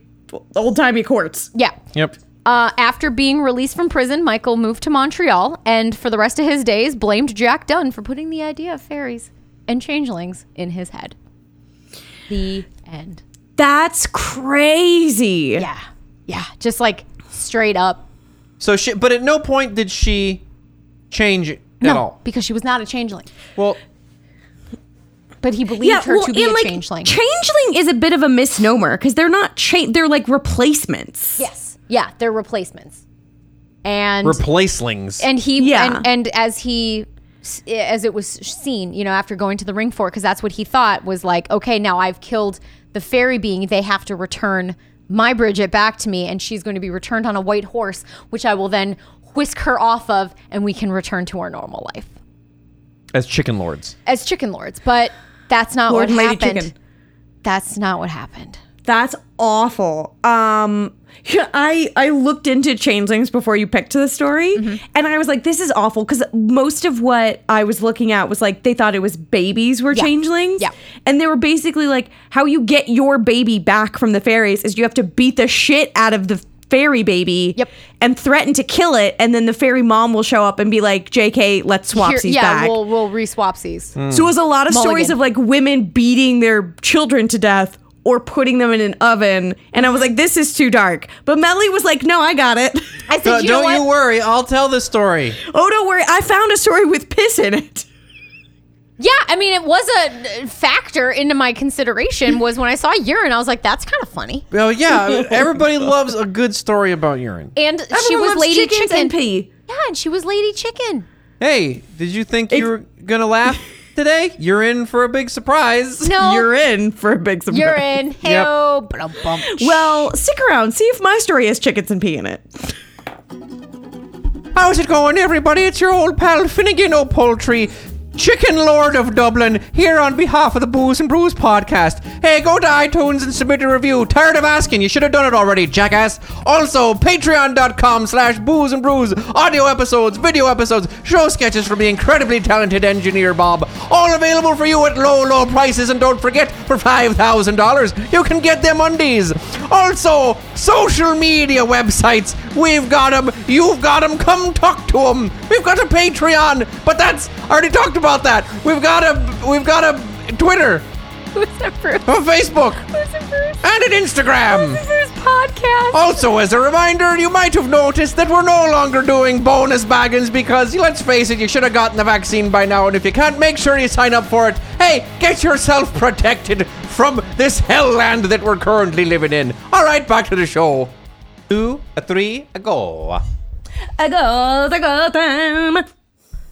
S1: Old timey courts.
S3: Yeah.
S2: Yep.
S3: Uh, after being released from prison, Michael moved to Montreal and for the rest of his days blamed Jack Dunn for putting the idea of fairies and changelings in his head. The end.
S1: That's crazy.
S3: Yeah. Yeah. Just like straight up.
S2: So she, but at no point did she change at
S3: No,
S2: all.
S3: because she was not a changeling.
S2: Well,
S3: But he believed
S1: Yeah,
S3: her
S1: well,
S3: to be
S1: and,
S3: a
S1: like,
S3: changeling.
S1: Changeling is a bit of a misnomer because they're not cha- they're like replacements.
S3: yes. Yeah, they're replacements. And
S2: replacelings.
S3: and he
S1: Yeah.
S3: and, and as he eh, as it was seen you know after going to the ring for because that's what he thought was like okay now i've killed the fairy being they have to return my bridget back to me and she's going to be returned on a white horse which i will then whisk her off of and we can return to our normal life
S2: as chicken lords.
S3: as chicken lords but that's not
S1: Lord
S3: what
S1: and Lady
S3: happened
S1: Chicken.
S3: that's not what happened
S1: That's awful. Um yeah, I I looked into changelings before you picked the story
S3: Mm-hmm.
S1: and I was like this is awful cuz most of what I was looking at was like they thought it was babies were changelings.
S3: Yeah.
S1: And they were basically like how you get your baby back from the fairies is you have to beat the shit out of the fairy baby
S3: Yep.
S1: and threaten to kill it and then the fairy mom will show up and be like JK let's swap
S3: Here-
S1: these
S3: yeah
S1: back. Mm.
S3: we'll we'll re-swapsies
S1: So it was a lot of stories
S3: Mulligan.
S1: of like women beating their children to death or putting them in an oven. And I was like, this is too dark. But Melly was like, no, I got it.
S3: i said you know
S2: don't you
S3: what
S2: worry. I'll tell the story.
S1: oh, don't worry. I found a story with piss in it.
S3: Yeah, I mean, it was a uh, factor into my consideration was when I saw urine, I was like, that's kind of funny.
S2: Oh yeah, everybody loves a good story about urine.
S3: And she
S1: Everyone
S3: was
S1: loves
S3: Lady
S1: chickens
S3: Chicken.
S1: and pee.
S3: yeah, and she was Lady Chicken.
S2: Hey, did you think you
S1: It-
S2: were gonna laugh? today, you're in for a big surprise.
S3: No,
S1: You're
S3: you're
S1: in for a big surprise.
S3: in. Hell, bum, bum.
S1: Well, stick around. See if my story has chickens and pee in it.
S2: How's it going, everybody? It's your old pal Finnegan O'Poultry, Chicken Lord of Dublin, here on behalf of the Booze and Brews podcast. Hey, go to iTunes and submit a review. Tired of asking? You should have done it already, jackass. Also, patreon.com slash booze and brews. Audio episodes, video episodes, show sketches from the incredibly talented engineer Bob. All available for you at low, low prices. And don't forget, for $5,000, you can get them undies. Also, social media websites. We've got them. You've got them. Come talk to them. We've got a Patreon, but that's I already talked about that. We've got a we've got a Twitter,
S3: Who's the first?
S2: a Facebook,
S3: Who's the first?
S2: and an
S3: Who's
S2: Instagram.
S3: the first podcast?
S1: Oh,
S2: Also, as a reminder, you might have noticed that we're no longer doing bonus baggins because, let's face it, you should have gotten the vaccine by now, and if you can't, make sure you sign up for it. Hey, get yourself protected from this hell land that we're currently living in. All right, back to the show. Two, a three, a go.
S1: Uh, I go, I go, them.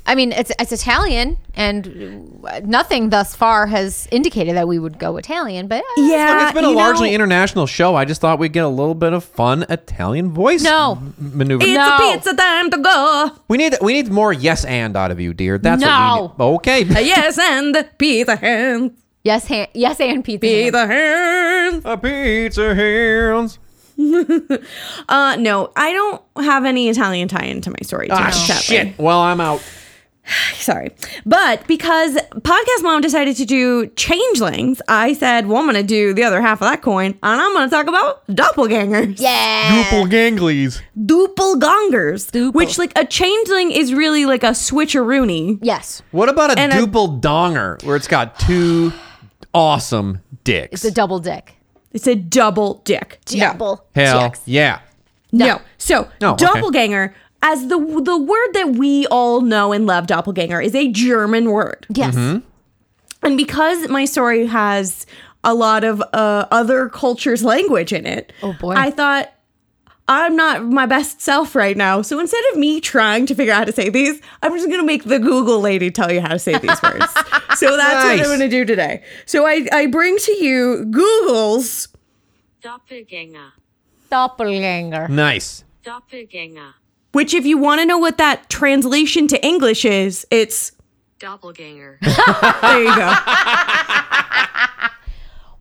S3: I mean, it's it's Italian, and uh, nothing thus far has indicated that we would go Italian. But uh,
S1: Yeah,
S2: Look, it's been a
S1: you know,
S2: largely international show. I just thought we'd get a little bit of fun Italian voice
S3: No.
S2: m- maneuver.
S1: It's
S3: No.
S1: a pizza time to go.
S2: We need we need more yes and out of you, dear. That's
S3: No.
S2: what we need. Okay.
S1: Yes, and pizza hand,
S3: yes, han- yes, and pizza. hands.
S1: pizza hand.
S2: A pizza hands.
S1: Uh, no, I don't have any Italian tie-in to my story. to
S2: Ah,
S1: this, sadly.
S2: shit. Well, I'm out.
S1: Sorry, but because podcast mom decided to do changelings, I said, "Well, I'm going to do the other half of that coin, and I'm going to talk about doppelgangers."
S3: Yeah.
S2: ganglies.
S1: doppelgangers,
S3: Duple.
S1: which like a changeling is really like a switcheroony.
S3: Yes.
S2: What about a
S1: And a-
S2: duple donger where it's got two awesome dicks?
S3: It's a double dick.
S1: It's a double dick.
S3: Double.
S2: Hell
S3: dicks.
S2: yeah.
S1: No.
S3: No.
S1: So
S2: No, okay.
S1: doppelganger, as the the word that we all know and love, doppelganger is a German word.
S3: Yes.
S1: And because my story has a lot of uh, other cultures' language in it,
S3: Oh, boy.
S1: I thought I'm not my best self right now. So instead of me trying to figure out how to say these, I'm just going to make the Google lady tell you how to say these words. So that's what I'm
S2: Nice.
S1: going to do today. So I, I bring to you Google's
S4: Doppelgänger.
S3: Doppelganger.
S2: Nice.
S4: Doppelgänger.
S1: which if you want to know what that translation to English is, it's
S4: Doppelgänger.
S1: there you go.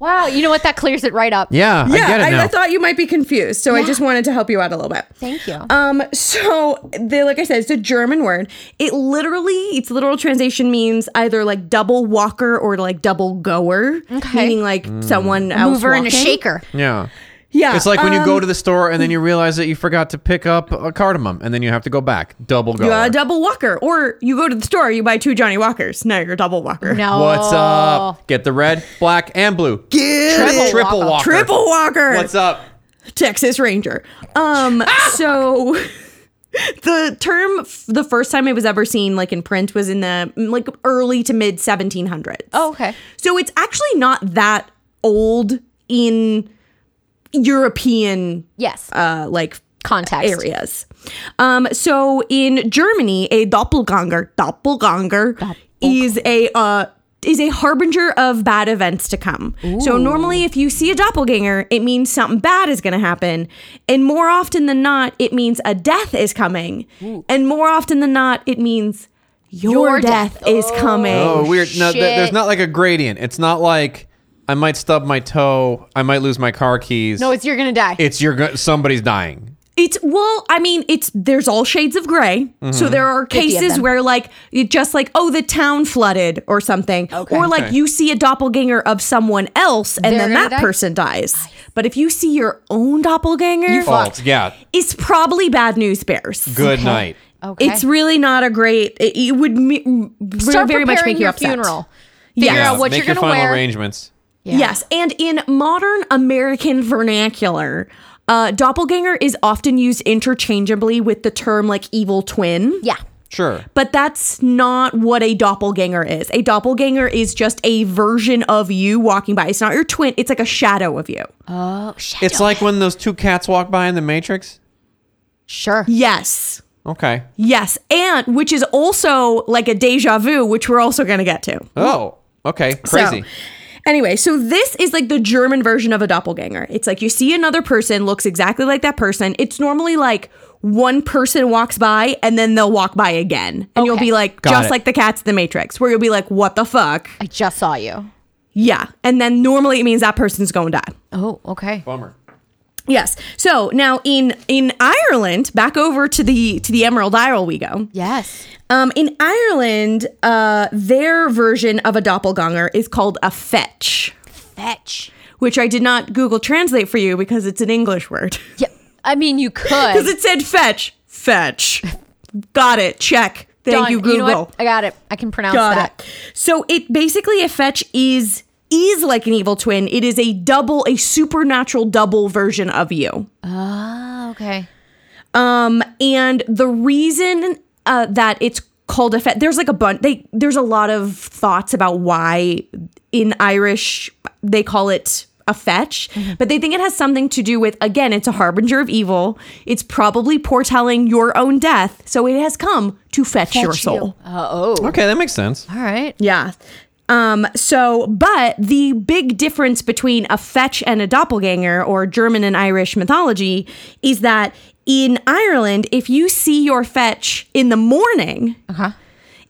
S3: Wow. You know what? That clears it right up.
S2: Yeah, I
S1: yeah,
S2: get it
S1: I,
S2: now.
S1: I thought you might be confused, so I just wanted to help you out a little bit.
S3: Thank you.
S1: Um, so the like I said, it's a German word. It literally, its literal translation means either like double walker or like double goer,
S3: Okay.
S1: meaning like someone else
S3: Mover and
S1: walking.
S3: a shaker.
S2: yeah.
S1: Yeah,
S2: It's like when you
S1: um,
S2: go to the store and then you realize that you forgot to pick up a cardamom and then you have to go back. Double go.
S1: you are a double walker, or you go to the store, you buy two Johnny Walkers. Now you're a double walker.
S3: No.
S2: What's up? Get the red, black, and blue. Get triple,
S3: it.
S2: triple
S3: Walker.
S2: walker.
S1: Triple walker.
S2: What's up?
S1: Texas Ranger. Um,
S3: Ah!
S1: so the term, f- the first time it was ever seen, like in print, was in the mm, like early to mid 1700s.
S3: Oh, okay.
S1: so it's actually not that old in European,
S3: Yes.
S1: uh, like
S3: Context.
S1: areas. Um, so in Germany, a doppelganger, doppelganger, is a uh, is a harbinger of bad events to come. So normally, if you see a doppelganger, it means something bad is going to happen, and more often than not, it means a death is coming, and more often than not, it means your,
S3: Your
S1: death,
S3: death.
S1: is coming.
S2: Oh, weird. No, th- there's
S3: shit.
S2: not like a gradient. It's not like I might stub my toe. I might lose my car keys.
S3: No, Oh, it's you're gonna die.
S2: it's your go- somebody's dying.
S1: It's well, I mean, it's there's all shades of gray. So there are
S3: Mm-hmm. of
S1: cases
S3: them.
S1: where like it just like oh the town flooded or something, or like
S2: Okay.
S1: you see a doppelganger of someone else and then
S3: They're
S1: that
S3: gonna die?
S1: person dies. But if you see your own doppelganger,
S2: Oh, yeah.
S1: it's probably bad news bears.
S2: Good night.
S3: okay.
S1: It's really not a great. It, it would me,
S3: Start
S1: very much
S3: preparing
S1: make you
S3: your
S1: upset.
S3: funeral.
S1: Yes.
S3: Figure out what
S2: Make
S3: you're
S2: your
S3: gonna
S2: final
S3: wear.
S2: arrangements.
S3: Yeah.
S1: Yes, and in modern American vernacular, uh, doppelganger is often used interchangeably with the term like evil twin.
S3: Yeah.
S2: Sure.
S1: But that's not what a doppelganger is. A doppelganger is just a version of you walking by. It's not your twin, it's like a shadow of you.
S3: Oh shit.
S2: It's like when those two cats walk by in the Matrix.
S3: sure.
S1: Yes.
S2: Okay.
S1: Yes, and which is also like a deja vu, which we're also going to get to.
S2: Oh. Okay. Crazy.
S1: So, anyway, so this is like the German version of a doppelganger. It's like you see another person looks exactly like that person. It's normally like one person walks by and then they'll walk by again. And you'll
S3: Okay.
S1: be like,
S2: Got
S1: just
S2: it.
S1: like the cats in the Matrix, where you'll be like, what the fuck?
S3: I just saw you.
S1: Yeah. And then normally it means that person's going to die.
S3: Oh, okay.
S2: Bummer.
S1: Yes. So now in in Ireland, back over to the to the Emerald Isle we go.
S3: Yes.
S1: Um, in Ireland, uh, their version of a doppelganger is called a fetch.
S3: Fetch.
S1: which I did not Google translate for you because it's an English word.
S3: Yeah. I mean, you could.
S1: Because it said fetch. Fetch. Got it. Check. Thank
S3: Done.
S1: you, Google.
S3: know what? I got it. I can pronounce
S1: Got
S3: that.
S1: it. So it basically a fetch is is like an evil twin. It is a double, a supernatural double version of you.
S3: Ah, okay.
S1: Um, and the reason uh, that it's called a fetch, there's like a bunch. They there's a lot of thoughts about why in Irish they call it a fetch, but they think it has something to do with again, it's a harbinger of evil. It's probably foretelling your own death, so it has come to fetch, your
S3: Fetch you.
S1: soul.
S3: Uh, oh.
S2: Okay, that makes sense.
S3: All right.
S1: Yeah. Um, so, but the big difference between a fetch and a doppelganger, or German and Irish mythology, is that in Ireland, if you see your fetch in the morning,
S3: Uh-huh.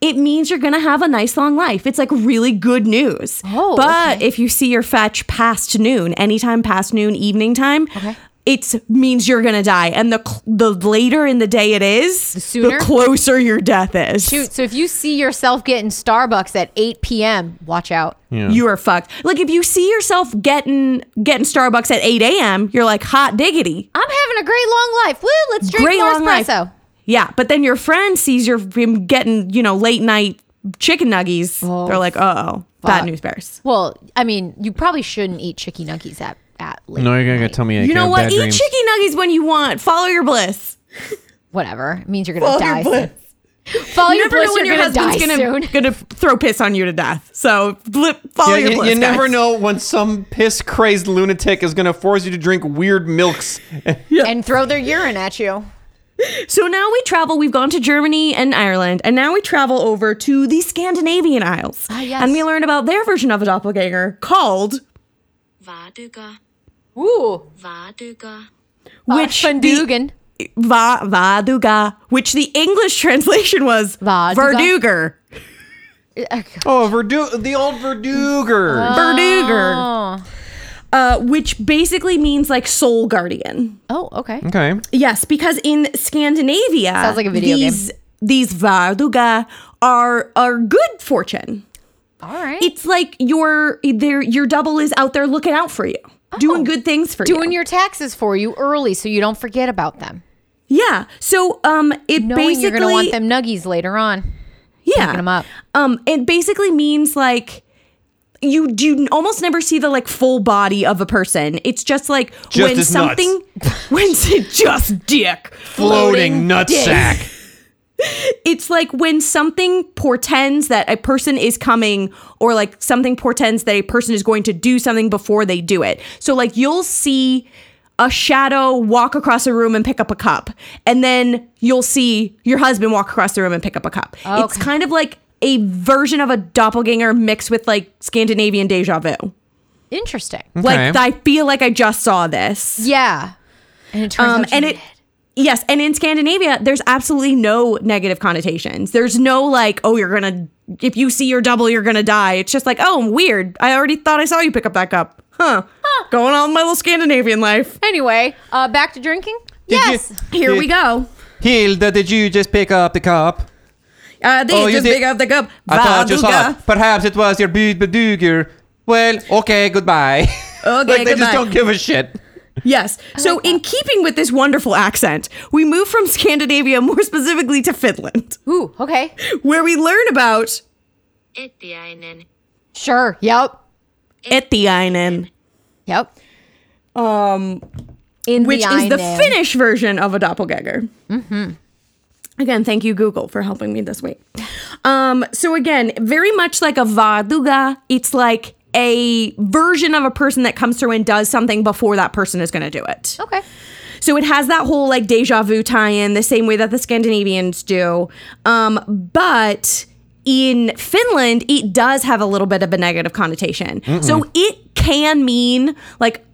S1: it means you're going to have a nice long life. It's like really good news.
S3: Oh,
S1: but if you see your fetch past noon, anytime past noon, evening time,
S3: Okay.
S1: it's means you're going to die. And the cl- the later in the day it is, the
S3: sooner?
S1: closer your death is.
S3: Shoot. So if you see yourself getting Starbucks at 8 p.m., watch out.
S1: you are fucked. Like if you see yourself getting getting Starbucks at 8 a.m., you're like hot diggity.
S3: I'm having a great long life. Woo! Let's drink
S1: Great
S3: more
S1: long life.
S3: espresso.
S1: Yeah, but then your friend sees your him getting you know late night chicken nuggies.
S3: Oh,
S1: They're like, oh, bad
S3: fuck.
S1: news bears.
S3: Well, I mean, you probably shouldn't eat chicky nuggies at at late.
S2: No, you're gonna
S3: night.
S2: tell me. I
S1: You
S2: can
S1: know
S2: have
S1: what?
S2: bad
S1: Eat
S2: dreams.
S1: chicken nuggies when you want. Follow your bliss.
S3: Whatever. It means you're gonna
S1: Follow your
S3: die.
S1: bliss.
S3: soon. Follow
S1: You
S3: your
S1: never
S3: bliss.
S1: know when
S3: you're
S1: your
S3: gonna
S1: husband's
S3: die
S1: gonna,
S3: soon.
S1: gonna throw piss on you to death. So flip, follow
S2: Yeah,
S1: your
S2: you,
S1: bliss.
S2: you never
S1: guys.
S2: know when some piss crazed lunatic is gonna force you to drink weird milks.
S3: And throw their urine at you.
S1: So now we travel. We've gone to Germany and Ireland, and now we travel over to the Scandinavian Isles.
S3: Ah, yes.
S1: And we learn about their version of a doppelganger called,
S4: Vaduga.
S3: Ooh.
S4: Vaduga.
S1: which
S3: Fundugan.
S1: the, va, Vaduga, which the English translation was
S3: Vaduga?
S1: Verduger.
S2: Oh, Verdu- the old
S1: Uh,
S2: Verduger.
S1: Verduger,
S3: Oh.
S1: uh, which basically means like soul guardian.
S3: Oh. Okay.
S2: okay.
S1: Yes, because in Scandinavia,
S3: Sounds like a video game.
S1: these, These Varduga are are good fortune.
S3: All right.
S1: It's like your their your double is out there looking out for you, doing good things for
S3: Oh. doing
S1: you.
S3: your taxes for you early so you don't forget about them.
S1: yeah. So um, it
S3: Knowing
S1: basically
S3: you're gonna want them nuggies later on.
S1: yeah
S3: picking 'em up.
S1: Um, it basically means like. You do almost never see the like full body of a person. It's just like
S2: Just
S1: when
S2: his nuts.
S1: something, when just dick
S2: Floating nutsack.
S1: it's like when something portends that a person is coming or like something portends that a person is going to do something before they do it. So like you'll see a shadow walk across a room and pick up a cup and then you'll see your husband walk across the room and pick up a cup. It's
S3: Okay.
S1: kind of like a version of a doppelganger mixed with like Scandinavian deja vu.
S3: Interesting.
S1: Like
S2: Okay.
S1: I feel like I just saw this.
S3: Yeah. And it turns
S1: Um,
S3: out you
S1: and it, yes, and in Scandinavia, there's absolutely no negative connotations. There's no like, oh, you're gonna if you see your double, you're gonna die. It's just like, oh, weird. I already thought I saw you pick up that cup, huh? Going on with my little Scandinavian life.
S3: Anyway, uh, back to drinking.
S2: Did you-
S3: yes.
S1: Here
S2: did-
S1: we go.
S2: Hilda, did you just pick up the cup?
S1: Uh, they
S2: Oh, you
S1: just
S2: did-
S1: pick up the cup.
S2: I thought you saw.
S1: Vaduga.
S2: It. Perhaps it was your bu- Verduger. Well, okay, goodbye.
S1: Okay,
S2: like they just
S1: goodbye.
S2: don't give a shit.
S1: Yes. So, in keeping with this wonderful accent, we move from Scandinavia, more specifically to Finland,
S3: Ooh. Okay.
S1: where we learn about
S4: Etiainen.
S3: Sure. Yep.
S1: Etiainen,
S3: Yep.
S1: um,
S3: In
S1: which is the
S3: Iron Man.
S1: Finnish version of a doppelganger. Mm-hmm. Again, thank you, Google, for helping me this week. Um, so again, very much like a varduga, it's like a version of a person that comes through and does something before that person is going to do it.
S3: Okay.
S1: So it has that whole like deja vu tie in the same way that the Scandinavians do. Um, but in Finland, it does have a little bit of a negative connotation. So it can mean like,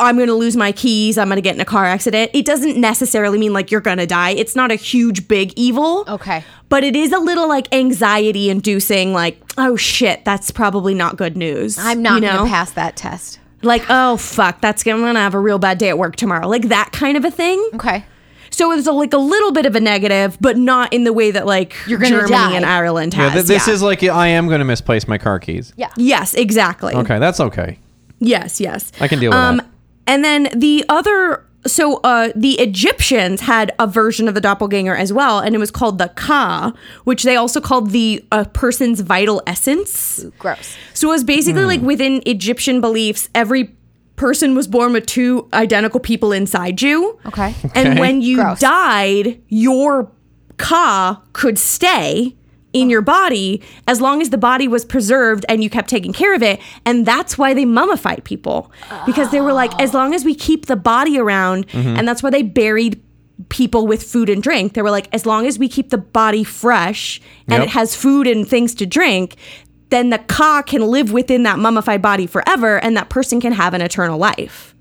S1: I'm going to lose my keys. I'm going to get in a car accident. It doesn't necessarily mean like you're going to die. It's not a huge, big evil.
S3: Okay.
S1: But it is a little like anxiety inducing, like, oh shit, that's probably not good news.
S3: I'm not
S1: you know?
S3: going to pass that test.
S1: Like, oh fuck, that's I'm gonna have a real bad day at work tomorrow. Like that kind of a thing.
S3: Okay.
S1: So it's a, like a little bit of a negative, but not in the way that like
S3: You're gonna
S1: Germany
S3: die.
S1: and Ireland
S2: Yeah,
S1: has.
S2: th- this
S1: yeah.
S2: is like I am going to misplace my car keys.
S3: Yeah.
S1: Yes, exactly.
S2: Okay, that's okay.
S1: Yes, yes. Um,
S2: I can deal with that.
S1: And then the other, so uh, the Egyptians had a version of the doppelganger as well, and it was called the ka, which they also called the uh, person's vital essence.
S3: Gross.
S1: So it was
S2: Hmm.
S1: basically like within Egyptian beliefs, every person was born with two identical people inside you.
S3: Okay.
S1: And
S2: Okay.
S1: when you
S3: Gross.
S1: died, your ka could stay in your body as long as the body was preserved and you kept taking care of it. And that's why they mummified people because they were like, as long as we keep the body around,
S2: Mm-hmm.
S1: and that's why they buried people with food and drink. They were like, as long as we keep the body fresh and
S2: Yep.
S1: it has food and things to drink. Then the ka can live within that mummified body forever, and that person can have an eternal life.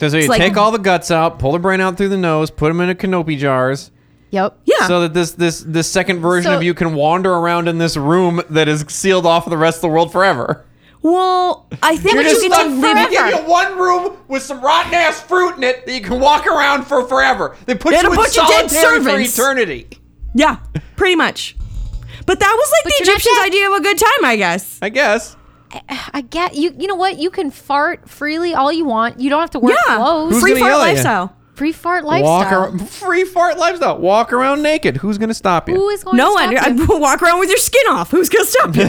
S2: So you
S1: like-
S2: take all the guts out, pull the brain out through the nose, put them in a canopy jars,
S3: Yep.
S1: Yeah.
S2: so that this this this second version
S3: So-
S2: of you can wander around in this room that is sealed off of the rest of the world forever.
S1: Well, I think
S2: You're
S1: you
S2: just
S1: get
S2: stuck
S1: to live
S2: They give you one room with some rotten ass fruit in it that you can walk around for forever. They put
S1: And a
S2: you in
S1: bunch of dead
S2: solitary for
S1: servants.
S2: eternity.
S1: Yeah, pretty much. But that was like
S3: But
S1: the
S3: you're not
S1: Egyptians'
S3: dead.
S1: idea of a good time, I guess.
S2: I guess.
S3: I get you. You know what? You can fart freely all you want. You don't have to wear
S1: yeah,
S3: clothes.
S2: Who's
S1: free
S2: gonna
S1: fart
S2: yell at you?
S1: lifestyle.
S3: Free fart
S2: Walk
S3: lifestyle.
S2: around, free fart lifestyle. Walk around naked. Who's gonna stop you?
S3: Who is going?
S1: No
S3: to
S1: one.
S3: stop
S1: I
S3: you?
S1: walk around with your skin off. Who's gonna stop you?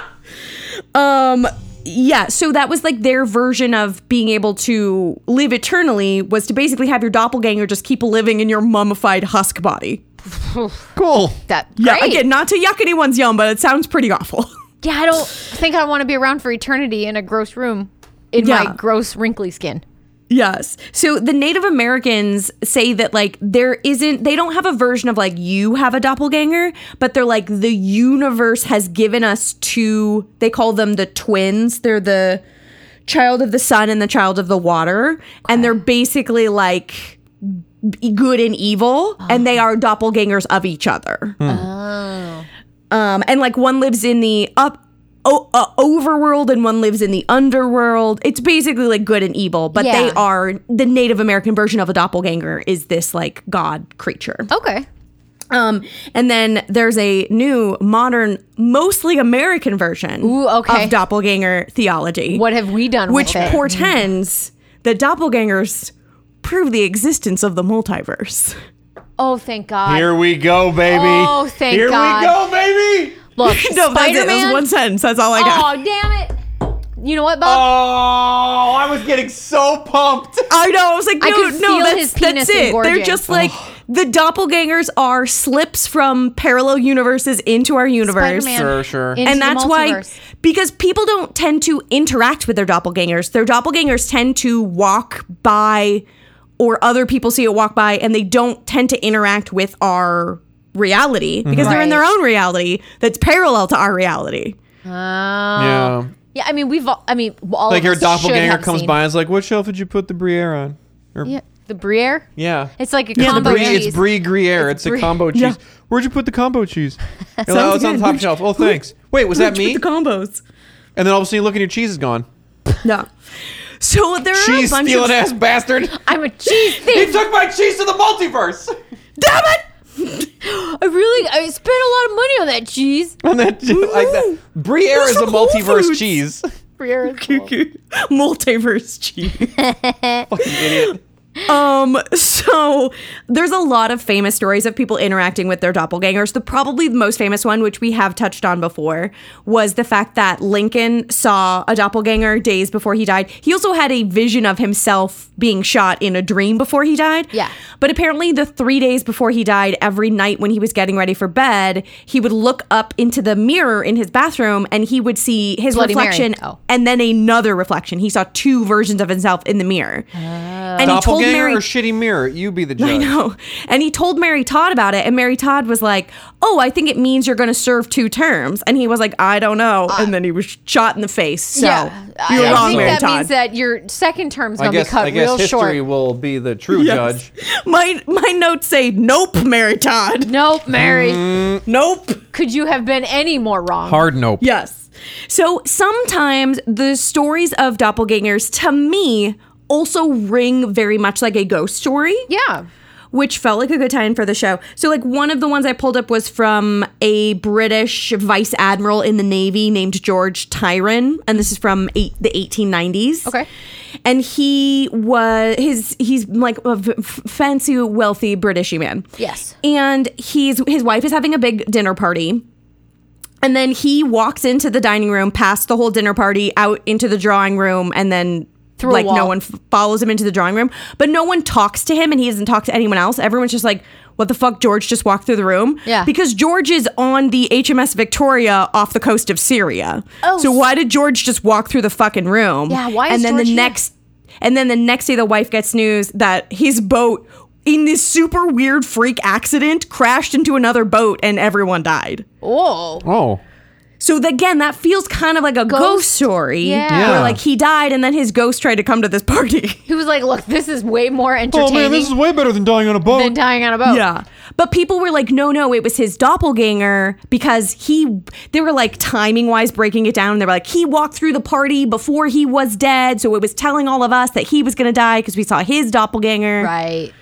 S1: um. Yeah. So that was like their version of being able to live eternally was to basically have your doppelganger just keep living in your mummified husk body.
S2: cool.
S3: that.
S1: Yeah.
S3: Great.
S1: Again, not to yuck anyone's yum, but it sounds pretty awful.
S3: Yeah, I don't think I want to be around for eternity in a gross room in
S1: Yeah.
S3: my gross wrinkly skin.
S1: Yes. So the Native Americans say that like there isn't they don't have a version of like you have a doppelganger, but they're like the universe has given us two they call them the twins. They're the child of the sun and the child of the water and they're basically like b- good and evil and they are doppelgangers of each other.
S3: Oh.
S1: Um, and like one lives in the up o- uh, overworld and one lives in the underworld. It's basically like good and evil, but they
S3: Yeah.
S1: are the Native American version of a doppelganger is this like god creature.
S3: Okay.
S1: Um, and then there's a new modern, mostly American version
S3: Ooh, okay.
S1: of doppelganger theology,
S3: What have we done
S1: which
S3: with it?
S1: portends that doppelgangers prove the existence of the multiverse.
S3: oh, thank God.
S2: Here we go, baby.
S3: Oh, thank
S2: Here
S3: God.
S2: we go, baby.
S3: Look,
S1: No, that's it. That was
S3: Spider-Man.
S1: one sentence. That's all I got.
S3: oh, damn it. You know what,
S2: Oh,
S3: Bob?
S2: I was getting so pumped.
S1: I know. I was like, no,
S3: I could
S1: no,
S3: feel
S1: that's,
S3: his penis
S1: that's it. They're
S3: engorging.
S1: just like the doppelgangers are slips from parallel universes into our universe.
S3: Spider-Man
S2: Sure, sure.
S3: into
S1: And
S3: the
S1: that's why,
S3: multiverse.
S1: because people don't tend to interact with their doppelgangers. Their doppelgangers tend to walk by, or other people see it walk by, and they don't tend to interact with our reality because they're in their
S3: Right.
S1: own reality that's parallel to our reality.
S2: yeah.
S3: Yeah, I mean we've all I mean all
S2: Like
S3: of
S2: your
S3: us should
S2: doppelganger
S3: have
S2: comes
S3: seen.
S2: by and is like, what shelf did you put the Gruyere on? Or,
S3: Yeah. The Briere?
S2: yeah.
S3: It's like a
S1: the
S3: combo
S2: Brie,
S1: Gruyere.
S3: cheese.
S2: it's Brie Gruyere. It's,
S3: Brie-
S2: a combo cheese.
S1: Yeah.
S2: Where'd you put the combo cheese? You're like,
S1: Sounds
S2: oh, it's on the
S1: good.
S2: top
S1: Who'd
S2: shelf.
S1: you-
S2: Oh,
S1: who-
S2: than't. Wait, was that
S1: Which with
S2: me?
S1: The combos.
S2: and then all of a sudden you look and your cheese is gone.
S1: No. So there are
S2: Cheese
S1: a bunch
S2: stealing
S1: of
S2: ass bastard.
S3: I'm a cheese
S2: He
S3: thief.
S2: took my cheese to the multiverse.
S1: Damn it!
S3: I really I spent a lot of money on that cheese.
S2: And then like that. Gruyere
S1: Who's
S2: is a
S1: from Whole
S2: multiverse
S1: Foods?
S2: cheese.
S3: Briere.
S1: multiverse cheese.
S2: Fucking idiot.
S1: Um, so there's a lot of famous stories of people interacting with their doppelgangers. The probably the most famous one, which we have touched on before, was the fact that Lincoln saw a doppelganger days before he died. He also had a vision of himself being shot in a dream before he died.
S3: Yeah.
S1: But apparently, the three days before he died, every night when he was getting ready for bed, he would look up into the mirror in his bathroom and he would see his
S3: Bloody Mary.
S1: reflection
S3: Oh. Oh.
S1: and then another reflection. He saw two versions of himself in the mirror. and he
S2: Doppelganger
S1: told Mary
S2: or shitty mirror? You be the judge.
S1: I know. And he told Mary Todd about it, and Mary Todd was like, "Oh, I think it means you're going to serve two terms." And he was like, "I don't know." and then he was shot in the face. So
S3: I-
S1: you're
S3: I
S1: wrong,
S3: think
S1: Mary
S3: that
S1: Todd.
S3: means that your second term's
S2: I
S3: gonna be
S2: guess,
S3: cut
S2: I guess
S3: real
S2: history
S3: short.
S2: will be the true
S1: Yes.
S2: judge.
S1: my my notes say, "Nope, Mary Todd.
S3: Nope, Mary.
S2: Hmm.
S1: Nope."
S3: Could you have been any more wrong?
S2: Hard nope.
S1: Yes. So sometimes the stories of doppelgangers to me also ring very much like a ghost story.
S3: Yeah.
S1: which felt like a good time for the show. So, like, one of the ones I pulled up was from a British vice admiral in the Navy named George Tyron, and this is from eight, the 1890s.
S3: Okay.
S1: and he was his he's like a v- f- fancy, wealthy Britishy man.
S3: Yes.
S1: and he's his wife is having a big dinner party. And then he walks into the dining room, past the whole dinner party, out into the drawing room, and then
S3: Through a
S1: like no
S3: wall.
S1: one f- follows him into the drawing room. But no one talks to him, and he doesn't talk to anyone else. Everyone's just like, "What the fuck?" George just walked through the room.
S3: Yeah.
S1: because George is on the HMS Victoria off the coast of Syria.
S3: Oh,
S1: so
S3: s-
S1: why did George just walk through the fucking room?
S3: Yeah, why is
S1: And then
S3: George
S1: the
S3: here?
S1: next, and then the next day, the wife gets news that his boat. In this super weird freak accident, crashed into another boat and everyone died.
S3: Oh.
S2: Oh.
S1: So th- again, that feels kind of like a ghost,
S3: Ghost?
S1: story.
S3: Yeah. Yeah.
S1: Where like he died and then his ghost tried to come to this party.
S3: He was like, look, this is way
S2: Oh,
S3: more entertaining
S2: way better than dying on a
S3: than
S2: boat.
S3: dying on a boat.
S1: But people were like, no, no, it was his doppelganger because he, they were like timing wise breaking it down. They were like, he walked through the party before he was dead. So it was telling all of us that he was going to die because we saw his doppelganger.
S3: Right.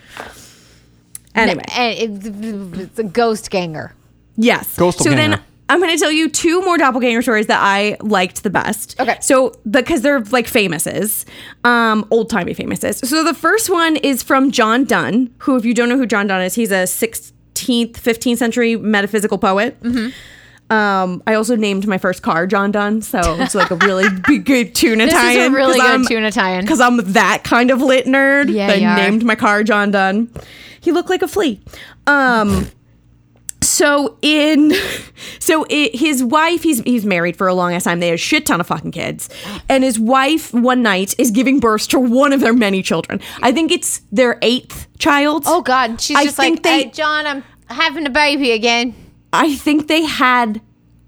S1: Anyway.
S3: And it, it's a ghost ganger.
S1: Yes.
S2: Ghost
S1: so then
S2: doppelganger.
S1: I'm going to tell you two more doppelganger stories that I liked the best.
S3: Okay.
S1: So because they're like famouses, um, old timey famouses. So the first one is from John Donne, who, if you don't know who John Donne is, he's a 16th, 15th century metaphysical poet.
S3: Mm-hmm.
S1: Um, I also named my first car John Donne, so it's like a really big, good tuna
S3: This
S1: tie-in.
S3: is a really
S1: 'cause
S3: good
S1: I'm-
S3: tuna tie-in.
S1: because I'm that kind of lit nerd.
S3: Yeah,
S1: I
S3: you are.
S1: named my car John Dunn. He looked like a flea. Um, so in, so it, his wife, he's he's married for a long ass time. They have a shit ton of fucking kids, and his wife one night is giving birth to one of their many children. I think it's their eighth child.
S3: Oh God, she's
S1: I
S3: just like,
S1: think they-
S3: hey, John, I'm having a baby again.
S1: I think they had.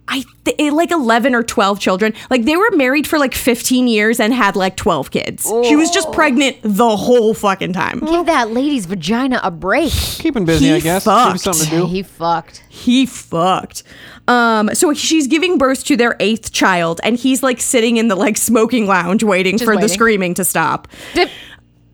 S1: I th- eh, like 11 or 12 children. Like they were married for like 15 years and had like 12 kids. She was
S3: Oh.
S1: just pregnant the whole fucking time.
S3: Give that lady's vagina a break.
S2: Keeping busy,
S1: He
S2: I guess.
S1: fucked.
S2: Give you something to
S3: Yeah,
S2: do.
S3: he fucked.
S1: he fucked. Um, so she's giving birth to their eighth child, and he's like sitting in the like smoking lounge waiting for the
S3: waiting.
S1: screaming to stop.
S3: Dip.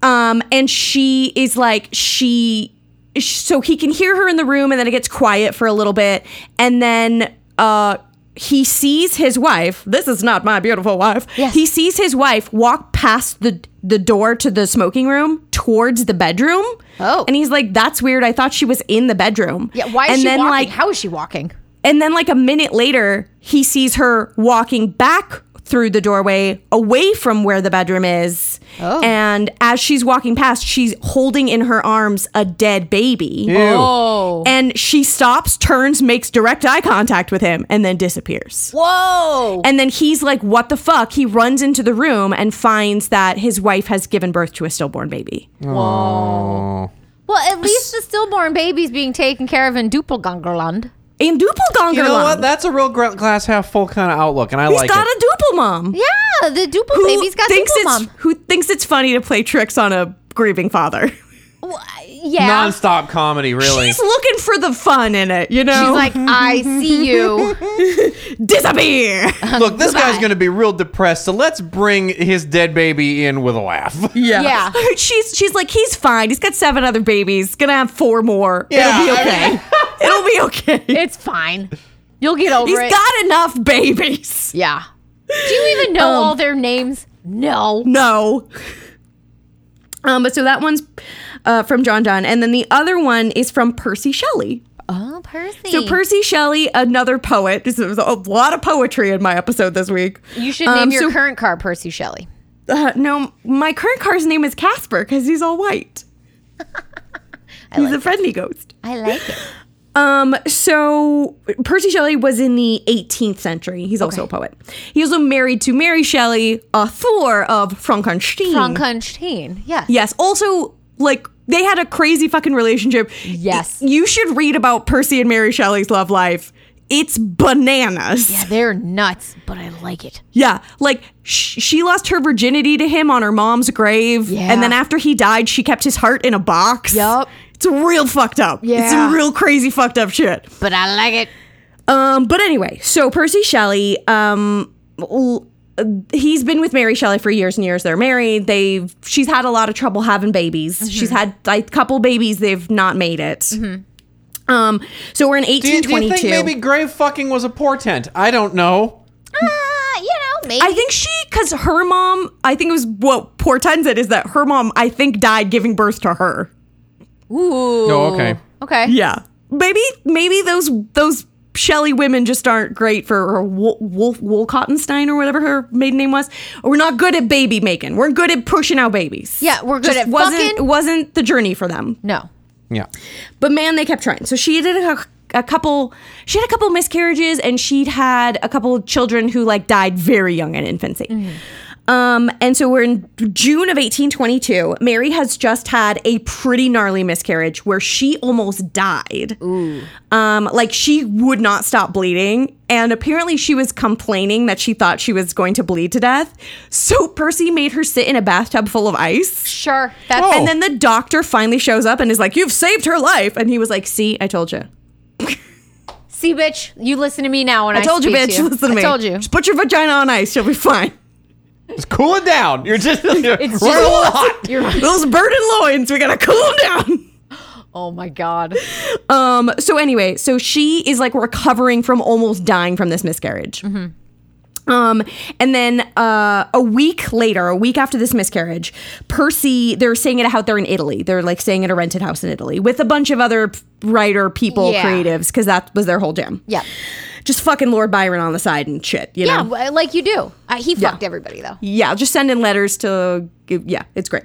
S1: Um, and she is like she, so he can hear her in the room, and then it gets quiet for a little bit, and then uh. He sees his wife. This is not my beautiful wife.
S3: Yes.
S1: He sees his wife walk past the the door to the smoking room towards the bedroom.
S3: Oh.
S1: and he's like, "That's weird. I thought she was in the bedroom."
S3: Yeah, why is
S1: and
S3: she
S1: then
S3: walking?
S1: like
S3: How is she walking?
S1: and then, like a minute later, he sees her walking back through the doorway away from where the bedroom is.
S3: Oh.
S1: And as she's walking past, she's holding in her arms a dead baby.
S3: Oh.
S1: And she stops, turns, makes direct eye contact with him, and then disappears.
S3: Whoa.
S1: And then he's like, What the fuck? He runs into the room and finds that his wife has given birth to a stillborn baby.
S3: well, at least the stillborn baby's being taken care of in Doppelgangerland.
S1: In doppelganger
S2: You know what?
S1: land.
S2: That's a real gra- glass half full kind of outlook, and I
S1: He's
S2: like
S1: got
S2: it.
S1: a duple mom.
S3: Yeah, the Doppel baby's got
S1: thinks
S3: Doppel
S1: it's
S3: mom.
S1: who thinks it's funny to play tricks on a grieving father.
S3: Well, Yeah.
S2: Non-stop comedy, really.
S1: She's looking for the fun in it, you know.
S3: She's like, I see you.
S1: disappear.
S2: Look, this guy's going to be real depressed, so let's bring his dead baby in with a laugh.
S1: Yeah,
S3: Yeah.
S1: she's she's like, he's fine. He's got seven other babies. Gonna have four more.
S2: Yeah,
S1: It'll be
S2: I
S1: okay. It'll be okay.
S3: It's fine. You'll get over
S1: He's
S3: it.
S1: got enough babies.
S3: yeah. Do you even know
S1: Um,
S3: all their names? No.
S1: No. Um, but so that one's uh, from John Donne, and then the other one is from Percy Shelley.
S3: Oh, Percy.
S1: So Percy Shelley, another poet. This was a lot of poetry in my episode this week.
S3: you should name
S1: Um,
S3: your
S1: so-
S3: current car Percy Shelley.
S1: Uh, no, my current car's name is Casper because he's all white. he's a friendly ghost.
S3: I like it.
S1: Um, so Percy Shelley was in the 18th century. He's also a poet. He was also married to Mary Shelley, author of Frankenstein.
S3: Frankenstein. Yes.
S1: Yes. Also, like they had a crazy fucking relationship.
S3: Yes.
S1: You should read about Percy and Mary Shelley's love life. It's bananas.
S3: Yeah, they're nuts, but I like it.
S1: Yeah, like sh- she lost her virginity to him on her mom's grave,
S3: Yeah.
S1: and then after he died, she kept his heart in a box.
S3: Yup.
S1: it's real fucked up.
S3: Yeah.
S1: it's real crazy fucked up shit.
S3: But I like it.
S1: Um, but anyway, so Percy Shelley, um, l- uh, he's been with Mary Shelley for years and years. They're married. They've she's had a lot of trouble having babies.
S2: Mm-hmm.
S1: She's had like, a couple babies. They've not made it. Um, so we're in
S2: Mm-hmm. Do you, do
S1: 1822.
S2: you think maybe grave fucking was a portent? I don't know.
S3: Uh, you know, maybe.
S1: I think she, because her mom, I think it was what portends it is that her mom, I think, died giving birth to her.
S3: Ooh.
S2: Oh, okay.
S3: Okay.
S1: Yeah, maybe maybe those those Shelley women just aren't great for her Wolf Wolcottenstein or whatever her maiden name was. We're not good at baby making. We're good at pushing out babies.
S3: Yeah, we're good
S1: Just
S3: at
S1: wasn't
S3: fucking-
S1: wasn't the journey for them.
S3: No.
S2: Yeah.
S1: But man, they kept trying. So she did a, a couple. She had a couple miscarriages, and she'd had a couple children who like died very young in infancy. Um, and so we're in June of 1822. Mary has just had a pretty gnarly miscarriage where she almost died. Um, like she would not stop bleeding, and apparently she was complaining that she thought she was going to bleed to death. So Percy made her sit in a bathtub full of ice.
S3: Sure. That's
S2: Oh.
S1: And then the doctor finally shows up and is like, "You've saved her life." And he was like, "See, I told you.
S3: see, bitch. You listen to me now when I,
S1: I told you,
S3: speak
S1: bitch. Listen to me.
S3: I told you.
S1: Just put your vagina on ice. You'll be fine."
S2: Just cool it down. You're just it's
S3: It's
S2: we're
S3: just-
S2: all hot.
S3: You're-
S1: Those burden loins, we gotta cool them
S3: oh my god.
S1: down. Um. So anyway, so she is like recovering from almost dying from this miscarriage.
S3: Mm-hmm.
S1: Um, and then uh, a week later, a week after this miscarriage, Percy, they're staying at a house, they're in Italy. They're like staying at a rented house in Italy with a bunch of other writer people,
S3: Yeah.
S1: creatives, because that was their whole jam.
S3: Yeah.
S1: just fucking Lord Byron on the side and shit, you
S3: Yeah,
S1: know?
S3: w- like you do. Uh, he fucked everybody though.
S1: Yeah, just sending letters to, yeah, it's great.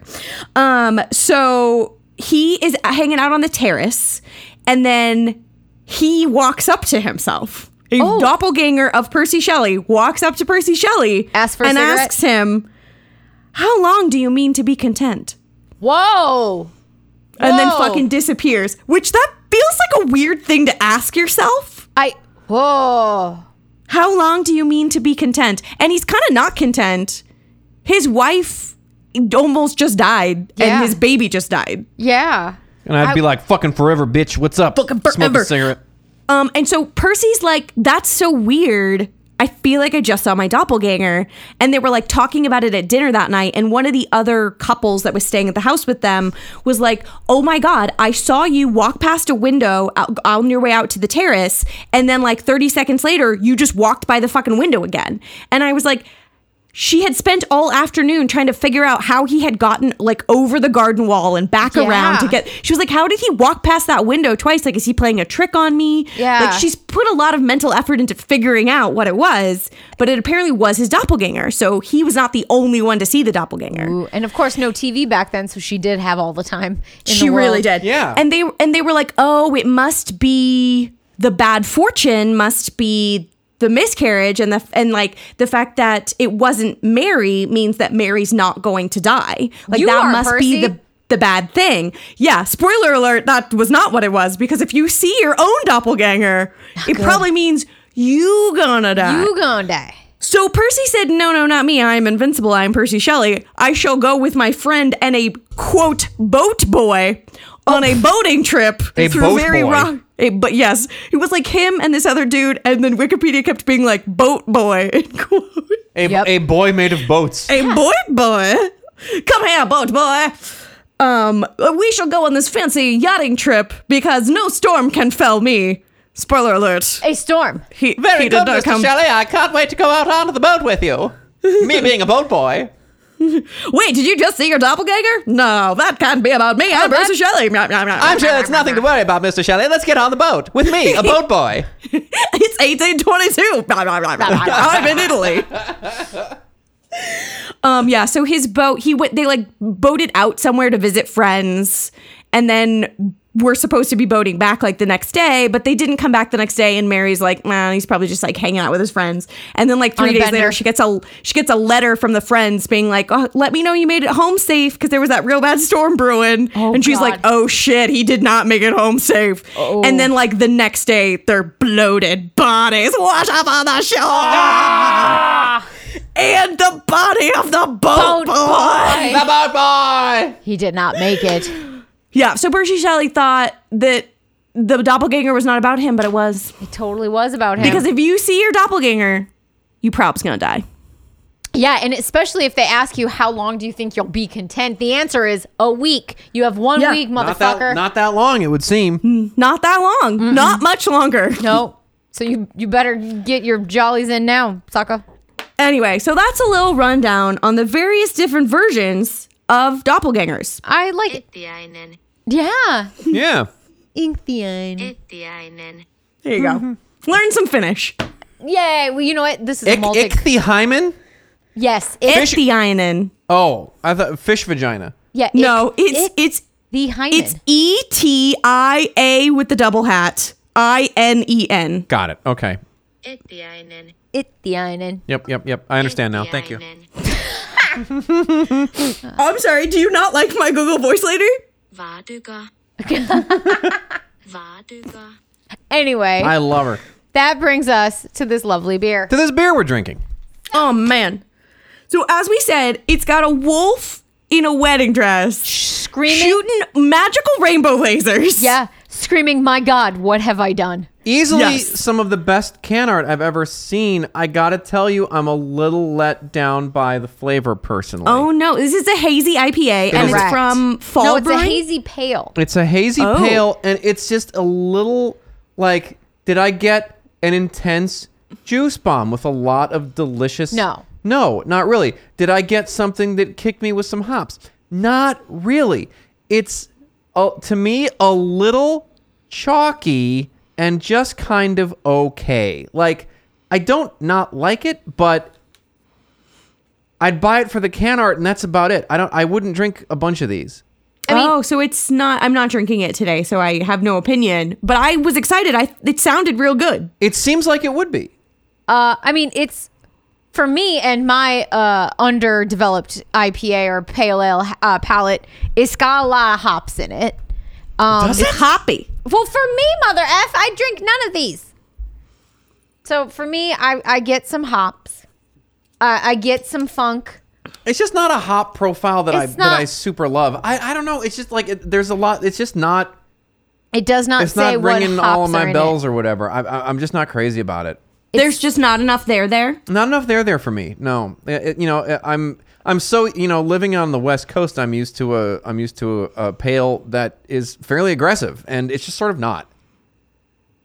S1: Um, so he is hanging out on the terrace and then he walks up to himself. A
S3: Oh.
S1: doppelganger of Percy Shelley walks up to Percy Shelley
S3: Asks for a
S1: and
S3: cigarette?
S1: asks him, How long do you mean to be content?
S3: Whoa.
S1: And then
S3: Whoa.
S1: fucking disappears, which that feels like a weird thing to ask yourself.
S3: I. Whoa.
S1: How long do you mean to be content? And he's kind of not content. His wife almost just died,
S3: Yeah.
S1: and his baby just died.
S3: Yeah.
S2: And I'd be like, fucking forever, bitch. What's up?
S1: Fucking
S2: Smoke
S1: forever.
S2: a cigarette.
S1: Um, and so Percy's like, "That's so weird. I feel like I just saw my doppelganger." And they were like talking about it at dinner that night. And one of the other couples that was staying at the house with them was like, "Oh my god, I saw you walk past a window out, on your way out to the terrace, and then like 30 seconds later, you just walked by the fucking window again." And I was like. she had spent all afternoon trying to figure out how he had gotten like over the garden wall and back
S3: Yeah.
S1: around to get she was like how did he walk past that window twice like is he playing a trick on me
S3: Yeah.
S1: like she's put a lot of mental effort into figuring out what it was but it apparently was his doppelganger so he was not the only one to see the doppelganger
S3: Ooh, and of course, no TV back then, so she did have all the time. in
S1: she
S3: the world.
S1: really did
S2: Yeah.
S1: and they and they were like oh it must be the bad fortune must be the miscarriage and the and like the fact that it wasn't mary means that mary's not going to die like
S3: You
S1: that
S3: are,
S1: must
S3: Percy.
S1: be the the bad thing yeah spoiler alert that was not what it was because if you see your own doppelganger it probably means you gonna die
S3: You gonna die?
S1: so Percy said, No, no, not me. I'm invincible. I'm Percy Shelley. I shall go with my friend and a quote boat boy on a boating trip
S2: A boat boy.
S1: a- but yes, it was like him and this other dude, and then Wikipedia kept being like boat boy in quote.
S2: A,
S3: Yep.
S2: a boy made of boats.
S1: A boat boy. Come here, boat boy. Um, we shall go on this fancy yachting trip because no storm can fell me. Spoiler alert.
S3: A storm.
S1: He,
S2: Very
S1: he
S2: good, Mr. Shelley. I can't wait to go out onto the boat with you. Me being a boat boy.
S1: Wait, did you just see your doppelganger? No, that can't be about me. I'm Percy Shelley. Meow, meow, meow.
S2: I'm sure it's nothing to worry about, Mr. Shelley. Let's get on the boat with me, a boat boy.
S1: it's 1822. Meow, meow, meow, meow. I'm in Italy. Um, yeah. So his boat, he went. They like boated out somewhere to visit friends, and then were supposed to be boating back like the next day, but they didn't come back the next day. And Mary's like, man, he's probably just like hanging out with his friends. And then like
S3: On
S1: three
S3: a
S1: days
S3: bender.
S1: later, she gets a she gets a letter from the friends being like, oh, let me know you made it home safe because there was that real bad storm brewing.
S3: Oh,
S1: and she's like,
S3: God. Oh.
S1: oh shit, he did not make it home safe. And then like the next day, their bloated bodies wash up on the shore. And the body of the boat, Oh,
S3: Boat
S1: boy.
S3: Oh, boy.
S2: Bye bye.
S3: He did not make it.
S1: Yeah, so Bertie Shelley thought that the doppelganger was not about him, but it was.
S3: It totally was about him.
S1: Because if you see your doppelganger, you prob's gonna die.
S3: yeah, and especially if they ask you how long do you think you'll be content, the answer is a week. You have one
S1: Yeah.
S3: week,
S2: Not that,
S3: motherfucker.
S2: not that long, it would seem.
S1: Not that long. Not much longer.
S3: no. So you you better get your jollies in now, sucker.
S1: Anyway, so that's a little rundown on the various different versions of doppelgangers.
S3: I like it.
S4: Itt die einen.
S3: Yeah.
S2: Yeah.
S3: Inktheon.
S4: Itt die einen.
S1: There you go. Learn some Finnish.
S3: Yay. Well, you know what? This is a
S2: Ick,
S3: multi.
S2: ichthy hymen?
S3: yes.
S1: It's
S3: It,
S1: the ironin.
S2: Oh, I thought fish vagina.
S3: yeah. ick-
S1: No, it's
S3: ick
S1: it's
S3: the hymen.
S1: it's E T I A with the double hat. I N E N.
S2: Got it. Okay.
S4: Itt die einen.
S3: Ichthyonin.
S2: Yep, yep, yep. I understand now.
S4: Die
S2: Thank you.
S4: einen.
S1: I'm sorry, do you not like my Google voice later?
S4: Var du god? Var du god?
S3: Anyway,
S2: I love her.
S3: that brings us to this lovely beer.
S2: To this beer we're drinking.
S1: Oh man. So as we said, it's got a wolf in a wedding dress
S3: Screaming.
S1: shooting magical rainbow lasers.
S3: Yeah. Screaming, my God, what have I done?
S2: Easily
S1: Yes.
S2: some of the best can art I've ever seen. I gotta tell you, I'm a little let down by the flavor personally.
S1: Oh no, this is a hazy IPA and
S3: Correct.
S1: it's from Fall
S3: no, it's a
S1: Brewing.
S3: hazy pale.
S2: It's a hazy
S1: Oh.
S2: pale, and it's just a little like. Did I get an intense juice bomb with a lot of delicious?
S3: No.
S2: no, not really. Did I get something that kicked me with some hops? Not really. It's uh, to me a little chalky and just kind of okay. Like I don't not like it, but I'd buy it for the can art, and that's about it. I don't. I wouldn't drink a bunch of these.
S1: oh, so it's not I'm not drinking it today, so I have no opinion. But I was excited. I it sounded real good.
S2: It seems like it would be.
S3: Uh, I mean, it's for me and my uh, underdeveloped IPA or pale ale uh, palate. It's got a lot of hops in it. Um,
S1: it's hoppy.
S3: Well, for me, mother f, I drink none of these. So for me, I, I get some hops. I I get some funk.
S2: It's just not a hop profile that I
S3: It's
S2: that I
S3: not-
S2: super love. I, I don't know. It's just like it, there's a lot. It's just not.
S3: It does not
S2: It's
S3: say
S2: not
S3: what
S2: ringing all
S3: hops
S2: of
S3: are
S2: my
S3: in
S2: bells
S3: It.
S2: or whatever. I, I, I'm just not crazy about it.
S1: There's just not enough there there.
S2: Not enough there there for me. No, It- it- you know I- I'm I'm so you know living on the West Coast. I'm used to a I'm used to a, a pale that is fairly aggressive, and it's just sort of not.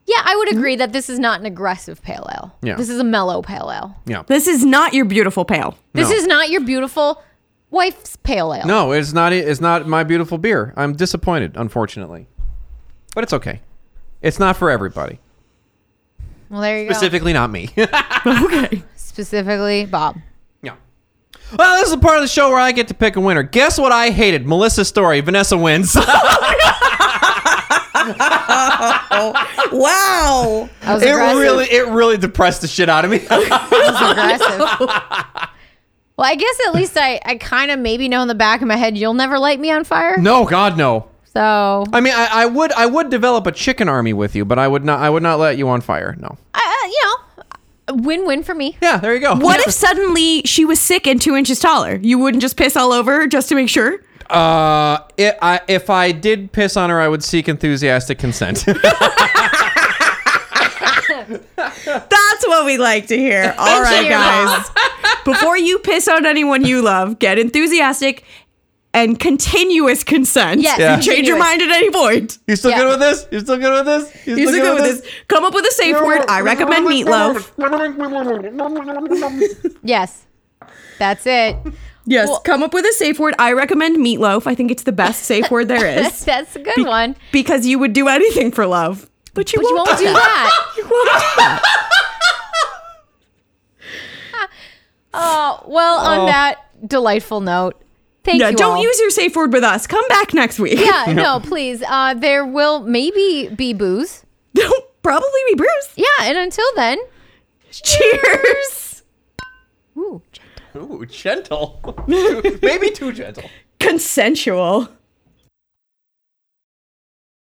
S3: Yeah, I would agree that this is not an aggressive pale ale.
S2: Mm-hmm. Yeah.
S3: This is a mellow pale ale.
S2: Yeah.
S1: This is not your beautiful pale.
S3: This
S2: No.
S3: is not your beautiful wife's pale ale.
S2: No, it's not. It's not my beautiful beer. I'm disappointed, unfortunately, but it's okay. It's not for everybody.
S3: Well, there you go.
S2: Specifically, not me.
S3: Specifically, Bob.
S2: Yeah. Well, this is the part of the show where I get to pick a winner. Guess what I hated? Melissa's story. Vanessa wins.
S1: Wow.
S3: I was
S2: it
S3: aggressive.
S2: really, it really depressed the shit out of me.
S3: I was aggressive. well, I guess at least I, I kind of maybe know in the back of my head you'll never light me on fire.
S2: no, God, no.
S3: So
S2: I mean, I, I would, I would develop a chicken army with you, but I would not, I would not let you on fire. No.
S3: I, I- you know, win win for me.
S2: Yeah, there you go.
S1: What if suddenly she was sick and two inches taller? You wouldn't just piss all over her just to make sure?
S2: Uh, it, I, if I did piss on her, I would seek enthusiastic consent.
S1: That's what we like to hear. All right,
S3: you, Mom.
S1: guys. Before you piss on anyone you love, get enthusiastic and continuous consent.
S3: Yes,
S2: Yeah.
S1: You Change your mind at any point.
S2: you still
S3: Yeah.
S2: good with this? You still good with this? You
S1: You still go with this. Come up with a safe word. I recommend meatloaf.
S3: Yes, that's it.
S1: Yes.
S3: Well-
S1: come up with a safe word. I recommend meatloaf. I think it's the best safe word there is
S3: that's a good one.
S1: because you would do anything for love, but you
S3: But you
S1: won't.
S3: won't do that. Oh well, on that delightful note, Thank
S1: Oh. yeah,
S3: you.
S1: don't
S3: all.
S1: use your safe word with us. Come back next week.
S3: Yeah, no, please. Uh, there will maybe be booze.
S1: They'll probably be Bruce.
S3: Yeah, and until then,
S1: Cheers.
S3: ooh,
S2: Ooh, gentle. Maybe too gentle.
S1: Consensual.